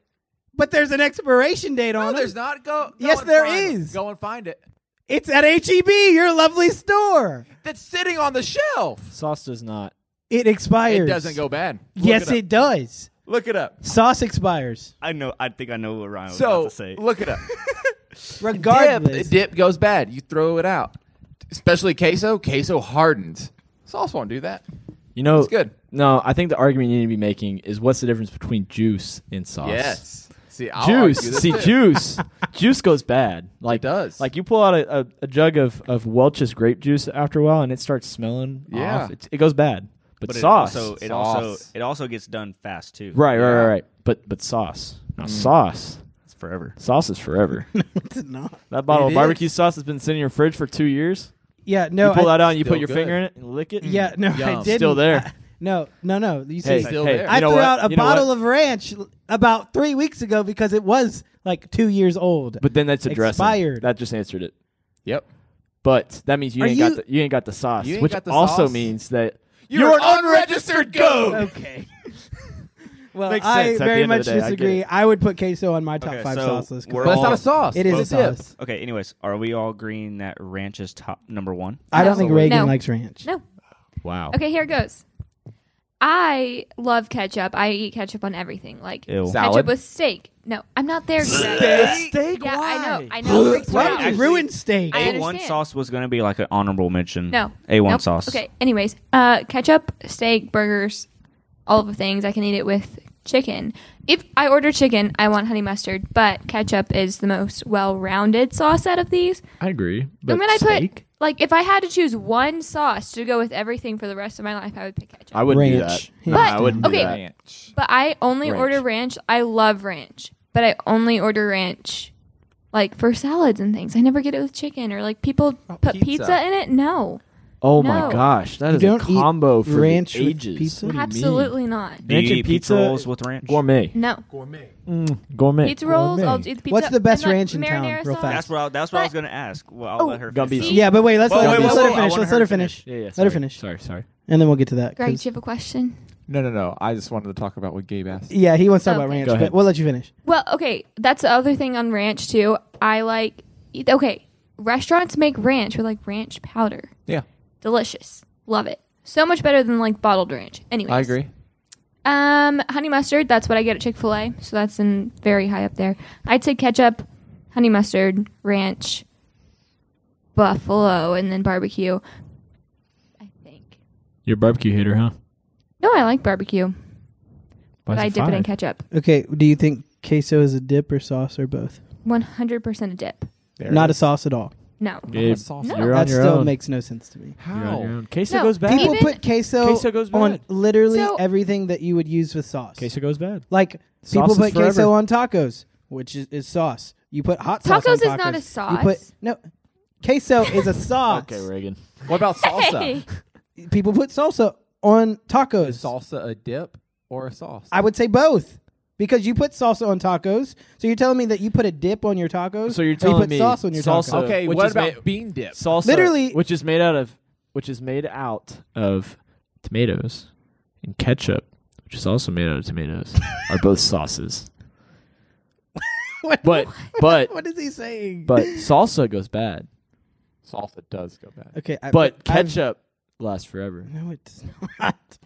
C: But there's an expiration date
B: No,
C: on
B: there's
C: it.
B: not. Go. go
C: Yes,
B: and
C: there
B: find it.
C: is.
B: Go and find it.
C: It's at HEB, your lovely store.
B: That's sitting on the shelf.
A: Sauce does not.
C: It expires.
B: It doesn't go bad. Look
C: Yes,
B: it.
C: it,
B: up.
C: does.
B: Look it up.
C: Sauce expires
D: I know. I think I know what Ryan was about
B: So
D: to say.
B: look it up.
C: regardless.
B: dip, dip goes bad. You throw it out. Especially queso. Queso hardens. Sauce won't do that.
A: You know,
B: It's good.
A: No, I think the argument you need to be making is what's the difference between juice and sauce?
B: Yes. See, I'll
A: Juice.
B: argue this
A: See,
B: too.
A: juice. juice goes bad. Like
B: does.
A: Like you pull out a, a, a jug of, of Welch's grape juice after a while, and it starts smelling.
B: Yeah.
A: off. It's- it goes bad. But,
D: But
A: sauce.
D: It also, it
B: Sauce.
D: also it also gets done fast too.
A: right, right,
B: Yeah. Mm.
A: right, right. But but sauce. Now sauce.
D: It's forever.
A: Sauce is forever.
C: it's not.
A: that bottle
B: It
A: of barbecue
B: is.
A: sauce has been sitting in your fridge for two years.
C: Yeah, no.
A: you pull
C: I,
A: that out and you put
B: Still
A: your
B: good.
A: finger in it and lick it.
C: Yeah, no, I
B: Yum.
C: didn't.
A: Still there.
C: I- no, no, no. You
A: Hey,
C: see,
B: Still
A: hey,
B: there.
A: you
C: I
A: know
C: threw
A: what?
C: out a
A: You know what?
C: bottle of ranch l- about three weeks ago because it was like two years old.
A: But then that's a dressing.
C: Expired.
A: That just answered it.
B: Yep.
A: But that means you
C: Are
A: ain't
C: you-
A: got the, you ain't got the sauce,
B: You ain't
A: which
B: got the
A: also
B: sauce.
A: means that
B: You're, an unregistered goat.
C: okay. well,
A: Makes sense
C: I
A: at the
C: very
A: end of
C: much
A: the day, I get
C: disagree.
A: it.
C: I, would put queso on my top
D: Okay,
C: five
D: so
C: sauce list. 'cause
D: we're
B: But it's
D: all-
B: not a sauce.
C: It is
B: Both
C: a
B: sides.
C: sauce.
D: Okay. Anyways, are we all agreeing that ranch is top number one?
C: I don't think Reagan
E: No.
C: likes ranch.
E: No.
A: wow.
E: Okay, here it goes. I love ketchup. I eat ketchup on everything. Like
D: Ew.
B: Sa- Salad?
E: ketchup with steak. No, I'm not there. Greg.
A: Steak?
E: Yeah, I know. I know. It freaks me
C: Why
E: out.
C: would you ruin steak?
E: I
D: A one
E: understand.
D: sauce was going to be like an honorable mention.
E: No.
D: A one
E: Nope.
D: sauce.
E: Okay. Anyways, uh, ketchup, steak, burgers, all of the things I can eat it with chicken. If I order chicken, I want honey mustard, but ketchup is the most well-rounded sauce out of these.
A: I agree.
E: and when I put like if I had to choose one sauce to go with everything for the rest of my life, I would pick ketchup.
A: I wouldn't do
C: Ranch.
A: that.
C: But-
A: No, I wouldn't do
E: okay.
A: that.
E: but I only
A: Ranch.
E: order ranch. I love ranch, but I only order ranch like for salads and things. I never get it with chicken or like people
B: Oh,
E: put
B: pizza.
E: pizza. in it. No,
A: Oh my
E: No.
A: gosh, that
C: You
A: is a
C: don't eat
A: combo for the
C: ranch with
A: ages.
C: pizza?
A: What do you mean?
E: absolutely not.
D: Do you
A: Mention
D: eat
A: pizza-
D: pizza rolls with ranch?
A: Gourmet.
E: No
A: Mm, gourmet.
E: pizza rolls. I'll
A: Gourmet.
E: eat the pizza.
C: What's the best
E: and, like,
C: ranch in town,
E: marinara
C: real
E: sauce.
C: fast?
D: That's what I, that's what I was
E: But-
D: gonna ask. Well, I'll
E: Oh,
D: let her.
A: Gumby.
D: finish.
A: See?
C: Yeah, but wait, let's
D: Whoa,
C: let,
A: wait,
C: her- let's
A: whoa,
C: let
A: whoa,
C: her
A: I
C: finish.
D: want
C: Let's
D: her
C: let her
D: to
C: finish,
D: finish.
A: Yeah, yeah.
C: let
A: sorry.
C: her finish,
A: Sorry, sorry.
C: and then we'll get to that.
E: Greg,
C: 'cause-
E: do you have a question?
B: No, no, no. I just wanted to talk about what Gabe asked.
C: yeah, he wants to talk about
E: Okay.
C: ranch,
A: Go ahead.
C: but we'll let you finish.
E: Well, okay, that's the other thing on ranch too. I like okay, restaurants make ranch with like ranch powder.
B: Yeah,
E: Delicious. Love it. So much better than like bottled ranch. Anyway,
B: I agree.
E: Um, honey mustard, that's what I get at Chick fil A. So that's in very high up there. I'd say ketchup, honey mustard, ranch, buffalo, and then barbecue. I think.
A: You're a barbecue hater, huh?
E: No, I like barbecue, but I dip it in ketchup.
C: Okay, do you think queso is a dip or sauce or both?
E: 100% a dip.
B: There
C: Not
B: it
C: a sauce at all.
E: No.
A: Gabe,
B: is.
E: No.
A: you're on
C: That
A: your
C: still
A: own.
C: makes no sense to me.
A: You're on your
B: How?
A: own. Mm, Queso
E: No,
A: goes bad.
C: People
E: Even-
C: put queso,
A: Queso goes
C: on
A: bad.
C: literally
E: So-
C: everything that you would use with sauce.
A: queso goes bad.
C: Like
A: Sauce
C: people
A: is
C: put
A: forever.
C: queso on tacos, which is, is sauce. You put hot sauce.
E: Tacos
C: on
E: is
C: tacos.
E: not a
C: You
E: sauce.
C: put no queso is a sauce.
A: Okay, Reagan.
B: What about salsa?
E: Hey!
C: People put salsa on
B: Is
C: tacos.
B: salsa a dip or a sauce?
C: I would say both because you put salsa on tacos. So you're telling me that you put a dip on your tacos.
A: So you're
C: or you
A: telling
C: put
A: me
C: sauce on your
A: salsa-
C: tacos.
B: okay,
A: Which
B: what
A: is
B: about
A: ma-
B: bean dip?
A: Salsa,
C: Literally-
A: which is made out of, which is made out of tomatoes, and ketchup, which is also made out of tomatoes, are both sauces.
C: What-
A: But but
C: What is he saying?
A: but salsa goes bad.
B: Salsa does go bad.
C: okay, I,
A: But
C: I've-
A: ketchup lasts forever.
C: No, it's not.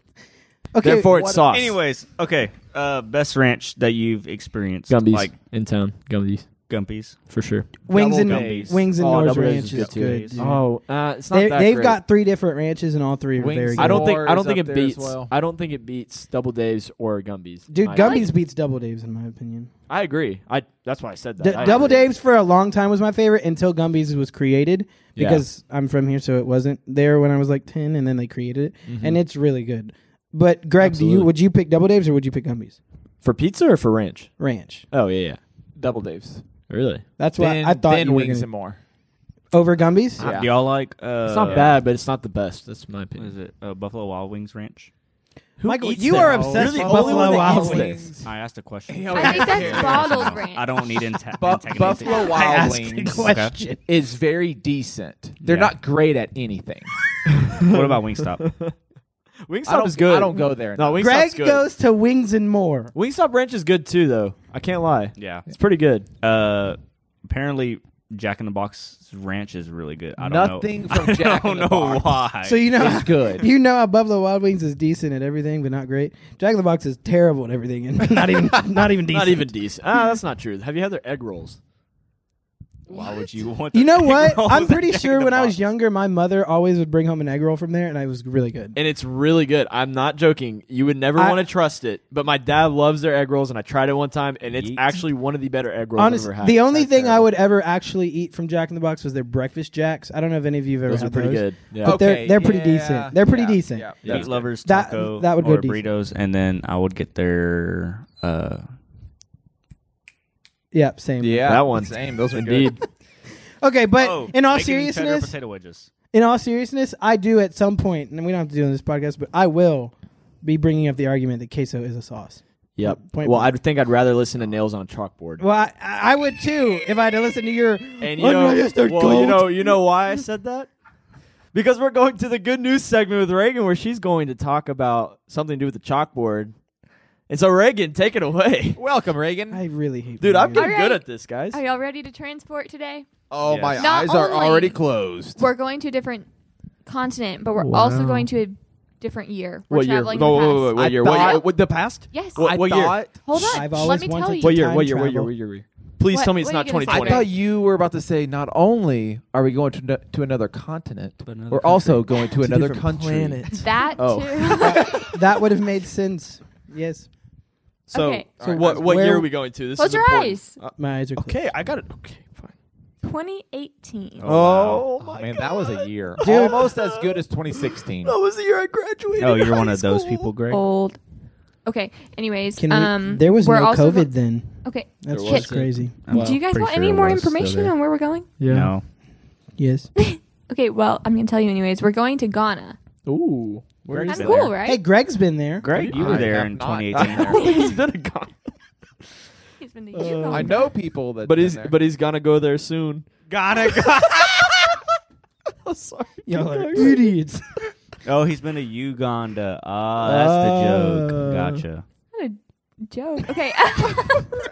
C: Okay,
A: Therefore, it's
C: what-
A: sauce.
D: Anyways, okay. Uh, best ranch that you've experienced,
A: Gumbies
D: like
A: in town. Gumbies
D: Gumpies.
A: for sure.
C: wings and
D: Double Gumbies.
C: wings and
A: Oh,
C: Norris
A: Double Gumbies
C: Ranch
A: is
C: is
A: good
C: good.
A: too.
C: dude.
A: Oh, uh, it's not
C: they,
A: that
C: they've
A: great.
C: got three different ranches, and all three are
B: Wings
C: very good.
B: and
A: I don't think. I
B: Or
A: don't
B: is
A: think
B: up
A: it
B: there as
A: beats.
B: well.
A: I don't think it beats Double Dave's or Gumby's. in
C: Dude,
A: my
C: Gumby's
A: opinion.
C: beats Double Dave's in my opinion.
A: I agree. I. That's why I said that.
C: D-
A: I
C: Double
A: agree.
C: Dave's for a long time was my favorite until Gumby's was created
A: Yeah.
C: because I'm from here, so it wasn't there when I was like ten, and then they created it, and it's really good. But Greg, do
A: Mm-hmm. Absolutely.
C: you would you pick Double Dave's or would you pick Gumby's
A: for pizza or for ranch.
C: Ranch?
A: Oh yeah, yeah.
B: Double Dave's.
A: Really?
C: That's what
B: then,
C: I thought.
B: Then
C: you were
B: wings
C: gonna-
B: and more.
C: over Gumby's.
B: Yeah.
D: Do y'all like? Uh,
A: It's not bad, but it's not the best. That's my
D: What is
A: opinion.
D: it? Uh, Buffalo Wild Wings Ranch.
C: Michael,
A: eats
C: you
A: them?
C: are
A: Oh,
C: obsessed
A: you're
C: with
A: the only one
C: Buffalo
A: that
C: Wild
A: eats them.
C: Wings.
D: I asked a question.
B: Hey,
E: I think that's
B: Yeah.
E: bottled ranch.
D: I don't need anta-
B: Bu-
D: antagonistic.
B: Buffalo
E: I
B: Wild
C: Ask the
B: Wings
C: question.
B: is very decent. They're
D: Yeah.
B: not great at anything.
D: What about Wingstop?
B: I
A: Wingstop
B: don't,
A: is good.
B: I don't go there.
A: No, Wingstop's
C: Greg
A: good.
C: goes to Wings and More.
A: Wingstop ranch is good too, though. I can't lie.
D: yeah.
A: It's pretty good.
D: Uh, apparently, Jack in the Box Ranch is really good. I don't
B: Nothing
D: know.
B: from
D: I
B: Jack in the
D: don't know
B: Box.
D: why.
C: So you know
B: It's good.
C: You know how Buffalo Wild Wings is decent at everything, but not great. Jack in the Box is terrible at everything, and not even not even decent.
A: Not even decent. Ah, that's not true. Have you had their egg rolls?
D: why would you want?
C: You
D: the
C: know
D: egg
C: what?
D: rolls
C: I'm
D: at
C: pretty
D: Jack
C: sure
D: in the
C: when I was
D: Box?
C: younger, my mother always would bring home an egg roll from there, and it was really good.
A: And it's really good. I'm not joking. You would never
C: I-
A: want to trust it. But my dad loves their egg rolls, and I tried it one time, and it's
D: Yeet.
A: actually one of the better egg rolls I've
C: Honestly,
A: ever had.
C: the only thing I
A: terrible.
C: would ever actually eat from Jack in the Box was their breakfast jacks. I don't know if any of you've ever
A: those
C: had
A: are pretty
C: those.
A: good. Yeah.
C: But they're- they're pretty decent. They're pretty
B: yeah,
C: decent.
B: Yeah,
A: Yeah.
D: Meat
B: that's
D: lovers
C: That-
D: taco
C: that would go
D: or
C: decent.
D: burritos, and then I would get their uh,
C: Yeah, same.
B: good. Yeah,
A: That one.
B: Same. Those are good.
A: Indeed.
C: Okay, but
D: oh,
C: in all
D: bacon and cheddar
C: seriousness,
D: potato wedges.
C: in all seriousness, I do at some point, and we don't have to do it on this podcast, but I will be bringing up the argument that queso is a sauce.
A: yep.
C: Point
A: well, I
C: blank.
A: think I'd rather listen to nails on a chalkboard.
C: Well, I, I would too if I had to listen to your.
A: And you know,
C: Unrealistic
A: well, you
C: goals.
A: know, you know why I said that? Because we're going to the good news segment with Reagan, where she's going to talk about something to do with the chalkboard. And so, Reagan, take it away,
B: Welcome, Reagan.
C: I really hate.
A: dude.
C: when
A: I'm
C: you-
A: getting
E: All
A: good
E: right.
A: at this, guys.
E: Are y'all ready to transport today?
B: oh,
A: Yes.
B: my
A: Not
B: eyes are
E: only-
B: already closed.
E: We're going to a different continent, but we're also going to a different year. We're
A: What year?
E: traveling
A: No,
E: in
A: wait, wait,
E: the
A: wait,
E: past.
A: what
B: I
A: year? What year?
B: thought-
A: What, the past?
E: Yes.
A: What, what
B: I
A: year?
B: thought,
E: Hold on.
C: I've
E: Let
C: always
E: me
C: wanted
E: tell
C: to
E: you.
A: What year?
C: Time
A: What year? What year?
C: travel.
A: What year? What year? Please
E: What-
A: tell me it's
E: what
A: not
E: are you gonna say?
B: I
A: 2020.
B: thought you were about to say not only are we going to, no- to another continent,
D: another
B: we're also going to another
A: different
B: country.
A: planets.
E: That
B: Oh.
E: too.
C: that would have made sense. Yes,
A: So,
E: Okay.
A: so what? What
C: Where-
A: year are we going to? This
E: Close
A: is
E: your
A: important.
E: eyes.
A: Uh,
C: my eyes are. Closed.
A: okay, I got it. Okay, fine.
E: 2018.
D: Oh,
A: Oh, my
B: Man,
A: God.
B: that was a year.
C: Dude.
B: Almost as good as 2016.
A: That was the year I graduated.
D: Oh, you're one
A: high
D: of those
A: school.
D: people, Greg.
E: Old. Okay. Anyways,
C: Can
E: um,
C: we, there was
E: we're
C: no
E: also Oh,
C: COVID then.
E: okay.
C: That's
B: There
C: just
B: wasn't.
C: crazy.
D: Well,
E: do you guys
D: Oh, pretty
E: want
D: sure
E: any
D: it
E: more
D: was still
E: information
D: there.
E: on where we're going?
D: No.
C: Yes.
E: Okay. Well, I'm gonna tell you anyways. We're going to Ghana.
A: Ooh. Where
D: Greg's
A: is
E: That's
D: been
A: it?
E: cool,
D: there.
E: right?
C: Hey, Greg's been there.
D: Greg, you were
B: I
D: there
B: have
D: in
B: not.
D: 2018.
A: I don't
D: there.
A: think he's been a con.
E: He's been to
A: Uh,
E: Utah.
B: I know people that.
A: But he's but he's gonna go there soon.
D: Ghana. Ghana.
A: Oh, sorry.
C: Y'all are
A: Keep going.
C: idiots.
D: oh, he's been to Uganda. Ah, that's the
C: Oh.
D: joke. Gotcha.
E: What a joke. Okay.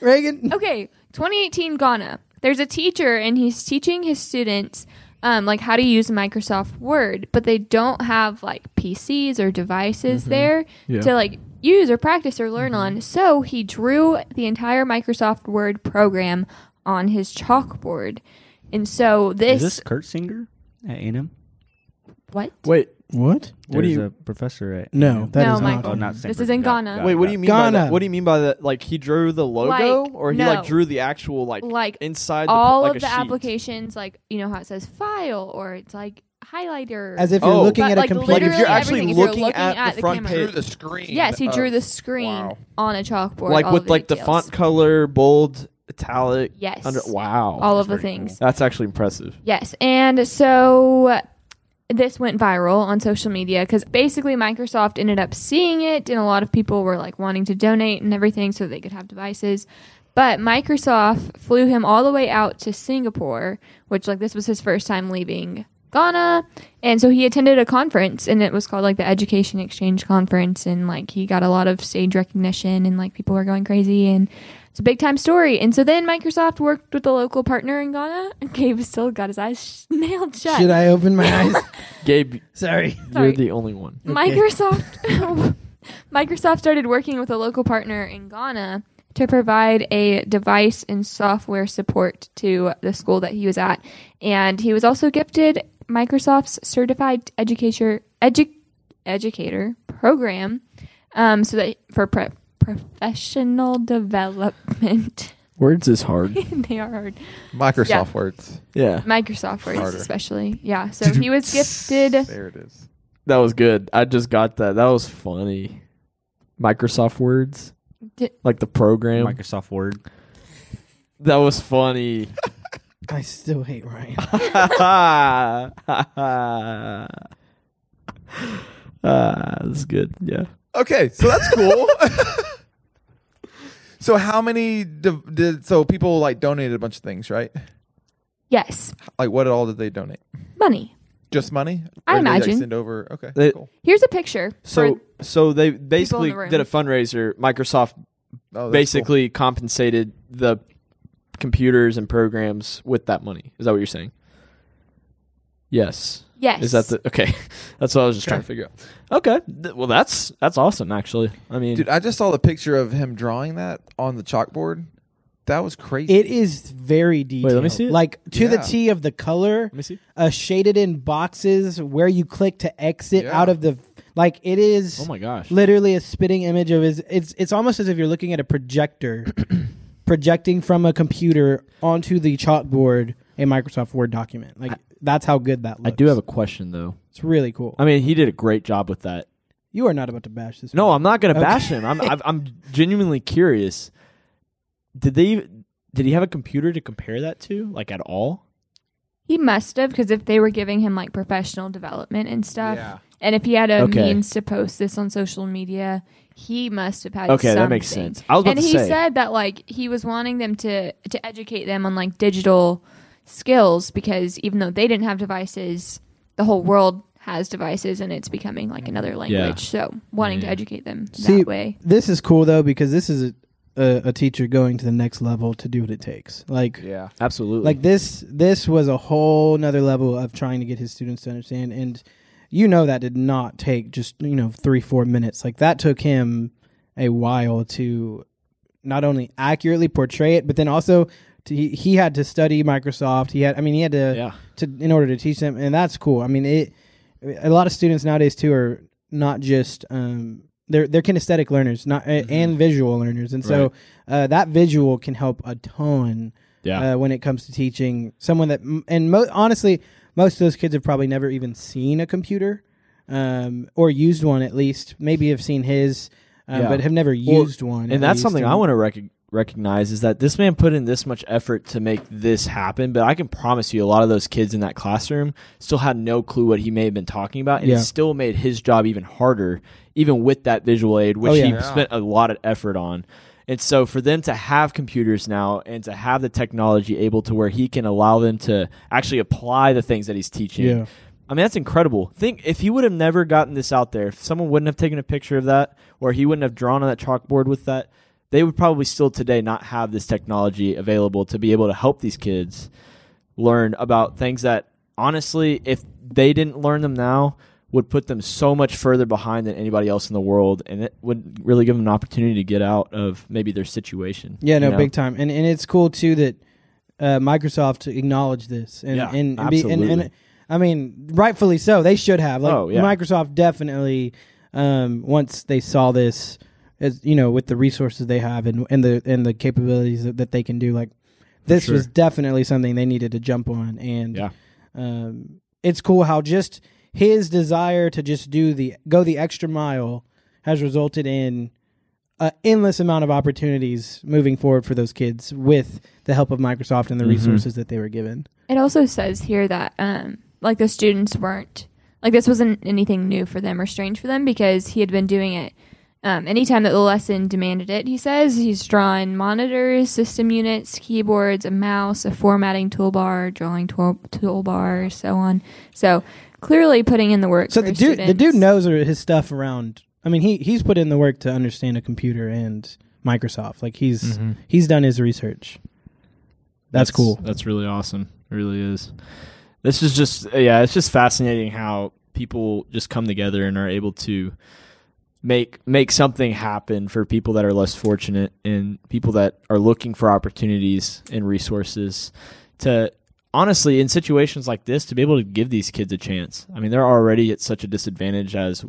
C: Reagan.
E: okay. 2018 Ghana. There's a teacher and he's teaching his students um, like how to use Microsoft Word, but they don't have like PCs or devices there
A: Mm-hmm. Yeah. Mm-hmm.
E: to like use or practice or learn on. So he drew the entire Microsoft Word program on his chalkboard. And so
D: Is
E: this,
D: this Kurt Singer at A&M?
E: what?
A: Wait,
C: What?
A: What do
D: There's
A: you-
D: a professor at
C: No,
D: A&M.
C: that
E: No,
C: is
E: Mike.
C: not.
D: Oh, not Singer.
E: This is in
D: Got-
E: Ghana.
D: got-
A: wait. What do
D: got-
A: you mean by that?
C: Ghana.
A: What do you mean by that? Like he drew the logo,
E: Like,
A: or he
E: no.
A: like drew the actual like,
E: Like,
A: inside the,
E: All
A: like
E: of
A: a
E: the
A: sheet.
E: applications, like, you know how it says file or it's like highlighter.
C: As if you're
A: Oh.
C: looking
E: But,
C: at
E: like,
C: a computer.
A: Like if
E: Literally
A: you're actually
E: everything, if you're
A: looking,
E: looking
A: at,
E: at
A: the
E: the
A: front
E: camera.
A: page,
B: the screen.
E: Yes, he drew
B: of-
E: the screen
B: Wow.
E: on a chalkboard,
A: like
E: all
A: with
E: of
A: like the
E: details.
A: font color, bold, italic.
E: Yes,
A: Under, wow.
E: all of the
D: That's pretty
E: things.
A: That's actually impressive.
E: Yes, and so this went viral on social media because basically Microsoft ended up seeing it, and a lot of people were like wanting to donate and everything so they could have devices. But Microsoft flew him all the way out to Singapore, which like this was his first time leaving Ghana, and so he attended a conference, and it was called like the Education Exchange Conference, and like he got a lot of stage recognition, and like people were going crazy, and it's a big time story. And so then Microsoft worked with a local partner in Ghana. Gabe still got his eyes sh- nailed shut.
C: Should I open my eyes?
A: Gabe,
C: Sorry.
E: Sorry.
A: you're the only one.
E: Microsoft Microsoft started working with a local partner in Ghana to provide a device and software support to the school that he was at, and he was also gifted Microsoft's certified educator edu- educator program, um, so that for pre- professional development.
A: Words is hard.
E: they are hard.
B: Microsoft
E: Yeah.
B: words.
A: yeah,
E: Microsoft words,
B: Harder.
E: especially. Yeah. So he was gifted.
B: There it is.
A: that was good. I just got that. That was funny. Microsoft Words,
E: Di-
A: like the program.
D: Microsoft Word.
A: that was funny.
C: I still hate Ryan.
A: Ah, that's good. Yeah.
B: Okay, so that's cool. so how many d- did so people like donated a bunch of things, right?
E: Yes.
B: Like what all did they donate?
E: Money.
B: Just money?
E: I
B: Or did they, like,
E: imagine.
B: send over. Okay,
A: They-
B: cool. Oh,
E: Here's a picture.
A: So
E: for-
A: so they basically
E: room.
A: did a fundraiser. Microsoft
B: Oh, that's cool.
A: basically compensated the computers and programs with that money. Is that what you're saying? Yes.
E: yes.
A: Is that the okay? That's what I was just trying
B: Okay.
A: to figure out. Okay. Th- well, that's that's awesome. Actually, I mean,
B: Dude, I just saw the picture of him drawing that on the chalkboard. That was crazy.
C: It is very detailed.
A: let me see it.
C: Like to the
B: Yeah.
C: T of the color,
A: let me see.
C: uh, shaded in boxes where you click to exit
B: Yeah.
C: out of the. Like it is
A: Oh my gosh.
C: literally a spitting image of his. It's it's almost as if you're looking at a projector, projecting from a computer onto the chalkboard a Microsoft Word document. Like that's how good that
A: I
C: looks.
A: do have a question though.
C: It's really cool.
A: I mean, he did a great job with that.
C: you are not about to bash this.
A: No, I'm not gonna
C: Okay.
A: bash him. I'm I've, I'm genuinely curious. Did they did he have a computer to compare that to, like at all?
E: He must have, because if they were giving him like professional development and stuff,
B: Yeah.
E: and if he had a
A: Okay.
E: means to post this on social media, he must have had.
A: Okay, that makes
E: something.
A: sense. I was about
E: and
A: to
E: he
A: say.
E: said that like he was wanting them to to educate them on like digital skills because even though they didn't have devices, the whole world has devices and it's becoming like another language. So wanting to
A: Yeah.
E: educate them
C: See,
E: that way.
C: This is cool though because this is a, a, a teacher going to the next level to do what it takes. Like
B: yeah.
A: Absolutely.
C: like this this was a whole nother level of trying to get his students to understand and you know that did not take just you know three four minutes like that took him a while to not only accurately portray it but then also to, he, he had to study microsoft he had i mean he had to
A: yeah.
C: to in order to teach them and that's cool i mean it a lot of students nowadays too are not just um they're they're kinesthetic learners not
A: Mm-hmm.
C: and visual learners and so uh, that visual can help a ton
A: Yeah.
C: uh, when it comes to teaching someone that m- and mo- honestly most of those kids have probably never even seen a computer um, or used one at least maybe have seen his um,
A: Yeah.
C: but have never
A: Well,
C: used one. at
A: and that's
C: least,
A: something
C: and-
A: I want to rec- recognize is that this man put in this much effort to make this happen. But I can promise you, a lot of those kids in that classroom still had no clue what he may have been talking about, and
C: Yeah.
A: it still made his job even harder, even with that visual aid, which
C: Oh, yeah.
A: he
B: Yeah.
A: spent a lot of effort on. And so, for them to have computers now and to have the technology able to where he can allow them to actually apply the things that he's teaching,
C: Yeah.
A: I mean, that's incredible. Think if he would have never gotten this out there, if someone wouldn't have taken a picture of that, or he wouldn't have drawn on that chalkboard with that, they would probably still today not have this technology available to be able to help these kids learn about things that honestly, if they didn't learn them now, would put them so much further behind than anybody else in the world, and it would really give them an opportunity to get out of maybe their situation.
C: Yeah, no,
A: you know?
C: big time. And and it's cool too that uh, Microsoft acknowledged this. And,
A: Yeah,
C: and, and, be- and, and
A: absolutely.
C: I mean, rightfully so. They should have. Like
A: Oh, yeah.
C: Microsoft definitely um, once they saw this as you know, with the resources they have and, and the and the capabilities that, that they can do, like this was definitely something they needed to jump on. And
A: Yeah.
C: um, it's cool how just his desire to just do the go the extra mile has resulted in an endless amount of opportunities moving forward for those kids with the help of Microsoft and the
A: Mhm.
C: resources that they were given.
E: It also says here that um, like the students weren't like this wasn't anything new for them or strange for them because he had been doing it um, anytime that the lesson demanded it. He says he's drawn monitors, system units, keyboards, a mouse, a formatting toolbar, drawing tool- toolbar, so on. So clearly putting in the work.
C: So
E: for
C: the dude, the dude
E: students.
C: knows his stuff around. I mean, he he's put in the work to understand a computer and Microsoft. Like he's he's done his research. That's, cool.
A: That's really awesome. It really is. This is just yeah, it's just fascinating how people just come together and are able to make make something happen for people that are less fortunate and people that are looking for opportunities and resources to honestly in situations like this to be able to give these kids a chance. I mean, they're already at such a disadvantage as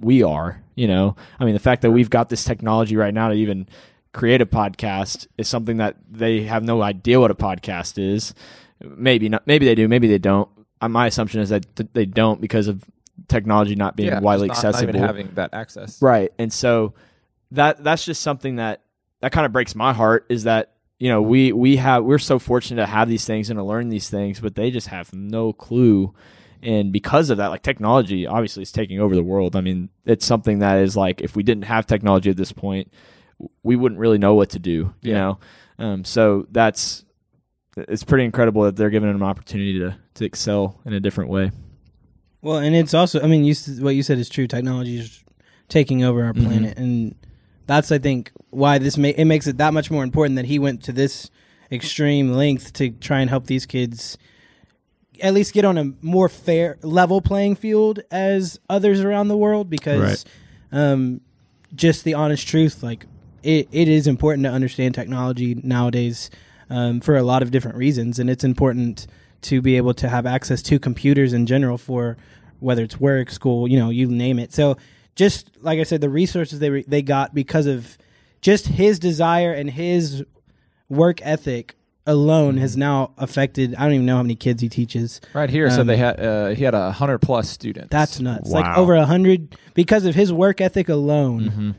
A: we are, you know. I mean, the fact that we've got this technology right now to even create a podcast is something that they have no idea what a podcast is. Maybe not. Maybe they do. Maybe they don't. Uh, My assumption is that th- they don't because of technology not being
B: Yeah,
A: widely
B: just not- not
A: accessible.
B: even having that access.
A: Right. And so that that's just something that that kind of breaks my heart is that you know we we have we're so fortunate to have these things and to learn these things, but they just have no clue. And because of that, like technology obviously is taking over the world. I mean, it's something that is like if we didn't have technology at this point, w- we wouldn't really know what to do. You
B: Yeah.
A: know, um, so that's it's pretty incredible that they're giving them an opportunity to to excel in a different way.
C: Well, and it's also, I mean, you, s- what you said is true. Technology is taking over our planet, and that's, I think, why this ma- it makes it that much more important that he went to this extreme length to try and help these kids at least get on a more fair level playing field as others around the world because
A: Right.
C: um, just the honest truth like it, it is important to understand technology nowadays um, for a lot of different reasons and it's important to be able to have access to computers in general for whether it's work school you know you name it so just like i said the resources they, re- they got because of just his desire and his work ethic alone has now affected i don't even know how many kids he teaches
B: Right here, so
C: Um,
B: they had uh, he had a hundred plus students.
C: that's nuts like
A: Wow. Mm-hmm.
C: over a hundred because of his work ethic alone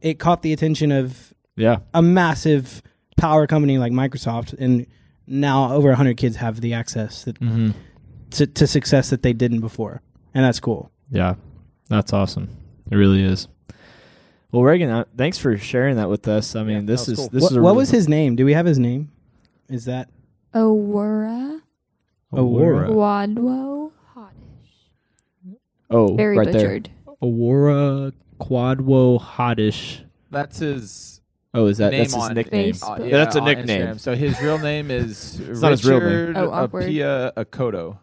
C: it caught the attention of
A: Yeah.
C: a massive power company like microsoft and now over a 100 kids have the access that, to, to success that they didn't before and that's cool
A: Yeah, that's awesome. It really is. Well, Reagan, uh, thanks for sharing that with us. I mean,
B: Yeah,
A: this
B: that
A: is
B: was cool.
A: this
C: what,
A: is a
C: what
A: really-
C: was his name do we have his name is that
E: Aurora
C: Aurora.
E: Quadwo Hottish.
A: Oh,
E: Very
A: right
E: butchered.
A: there, Aurora Quadwo Hottish.
B: That's his
A: Oh, is that
B: name
A: that's his
B: on
A: nickname?
E: Facebook.
B: uh,
E: Yeah,
A: that's a
B: on
A: nickname.
B: Instagram. So his real name is Richard
A: not his real name.
E: Oh, awkward.
B: Apia Akoto.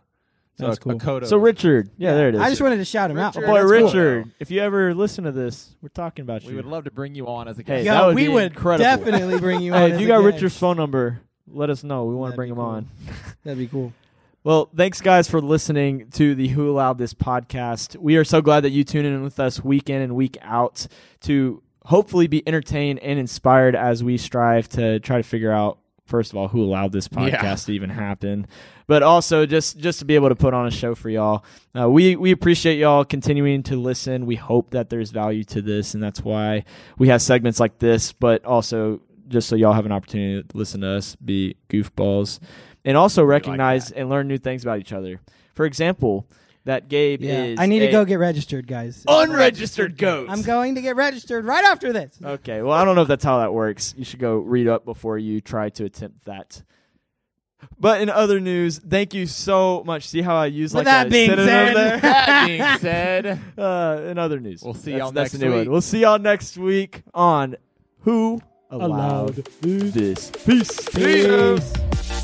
B: So
C: That's cool.
B: Akoto.
A: So Richard, yeah, there it is.
C: i just wanted to shout him out
B: Richard.
A: boy
C: That's cool.
A: Richard. If you ever listen to this, we're talking about
B: we
A: you.
B: would love to bring you on as a
A: Hey, that
B: guest.
C: yeah
A: would
C: we
A: be
C: would
A: incredible.
C: definitely bring you on
A: hey, if
C: as
A: you
C: a
A: got
C: guest.
A: Richard's phone number, let us know. We want
C: That'd
A: to bring
C: be
A: him
C: cool.
A: on.
C: that'd be cool
A: Well, thanks guys for listening to the Who Allowed This podcast. We are so glad that you tune in with us week in and week out to hopefully be entertained and inspired as we strive to try to figure out first of all, who allowed this podcast to even happen, but also just just to be able to put on a show for y'all. Uh, we we appreciate y'all continuing to listen. We hope that there's value to this, and that's why we have segments like this, but also just so y'all have an opportunity to listen to us be goofballs, and also recognize and learn new things about each other. For example, that Gabe
C: Yeah.
A: is
C: I need to
A: a Oh!
C: go get registered, guys.
A: unregistered goat.
C: I'm going to get registered right after this.
A: Okay, well, I don't know if that's how that works. You should go read up before you try to attempt that. But in other news, thank you so much. See how I use like
C: With that
A: a
C: being
A: synonym
C: said-
A: there?
B: That being said,
A: Uh, in other news,
B: We'll see
A: That's-
B: y'all
A: that's
B: next
A: a new
B: week.
A: One. We'll see y'all next week on Who Allowed,
C: Allowed This.
A: This. Peace.
C: Peace.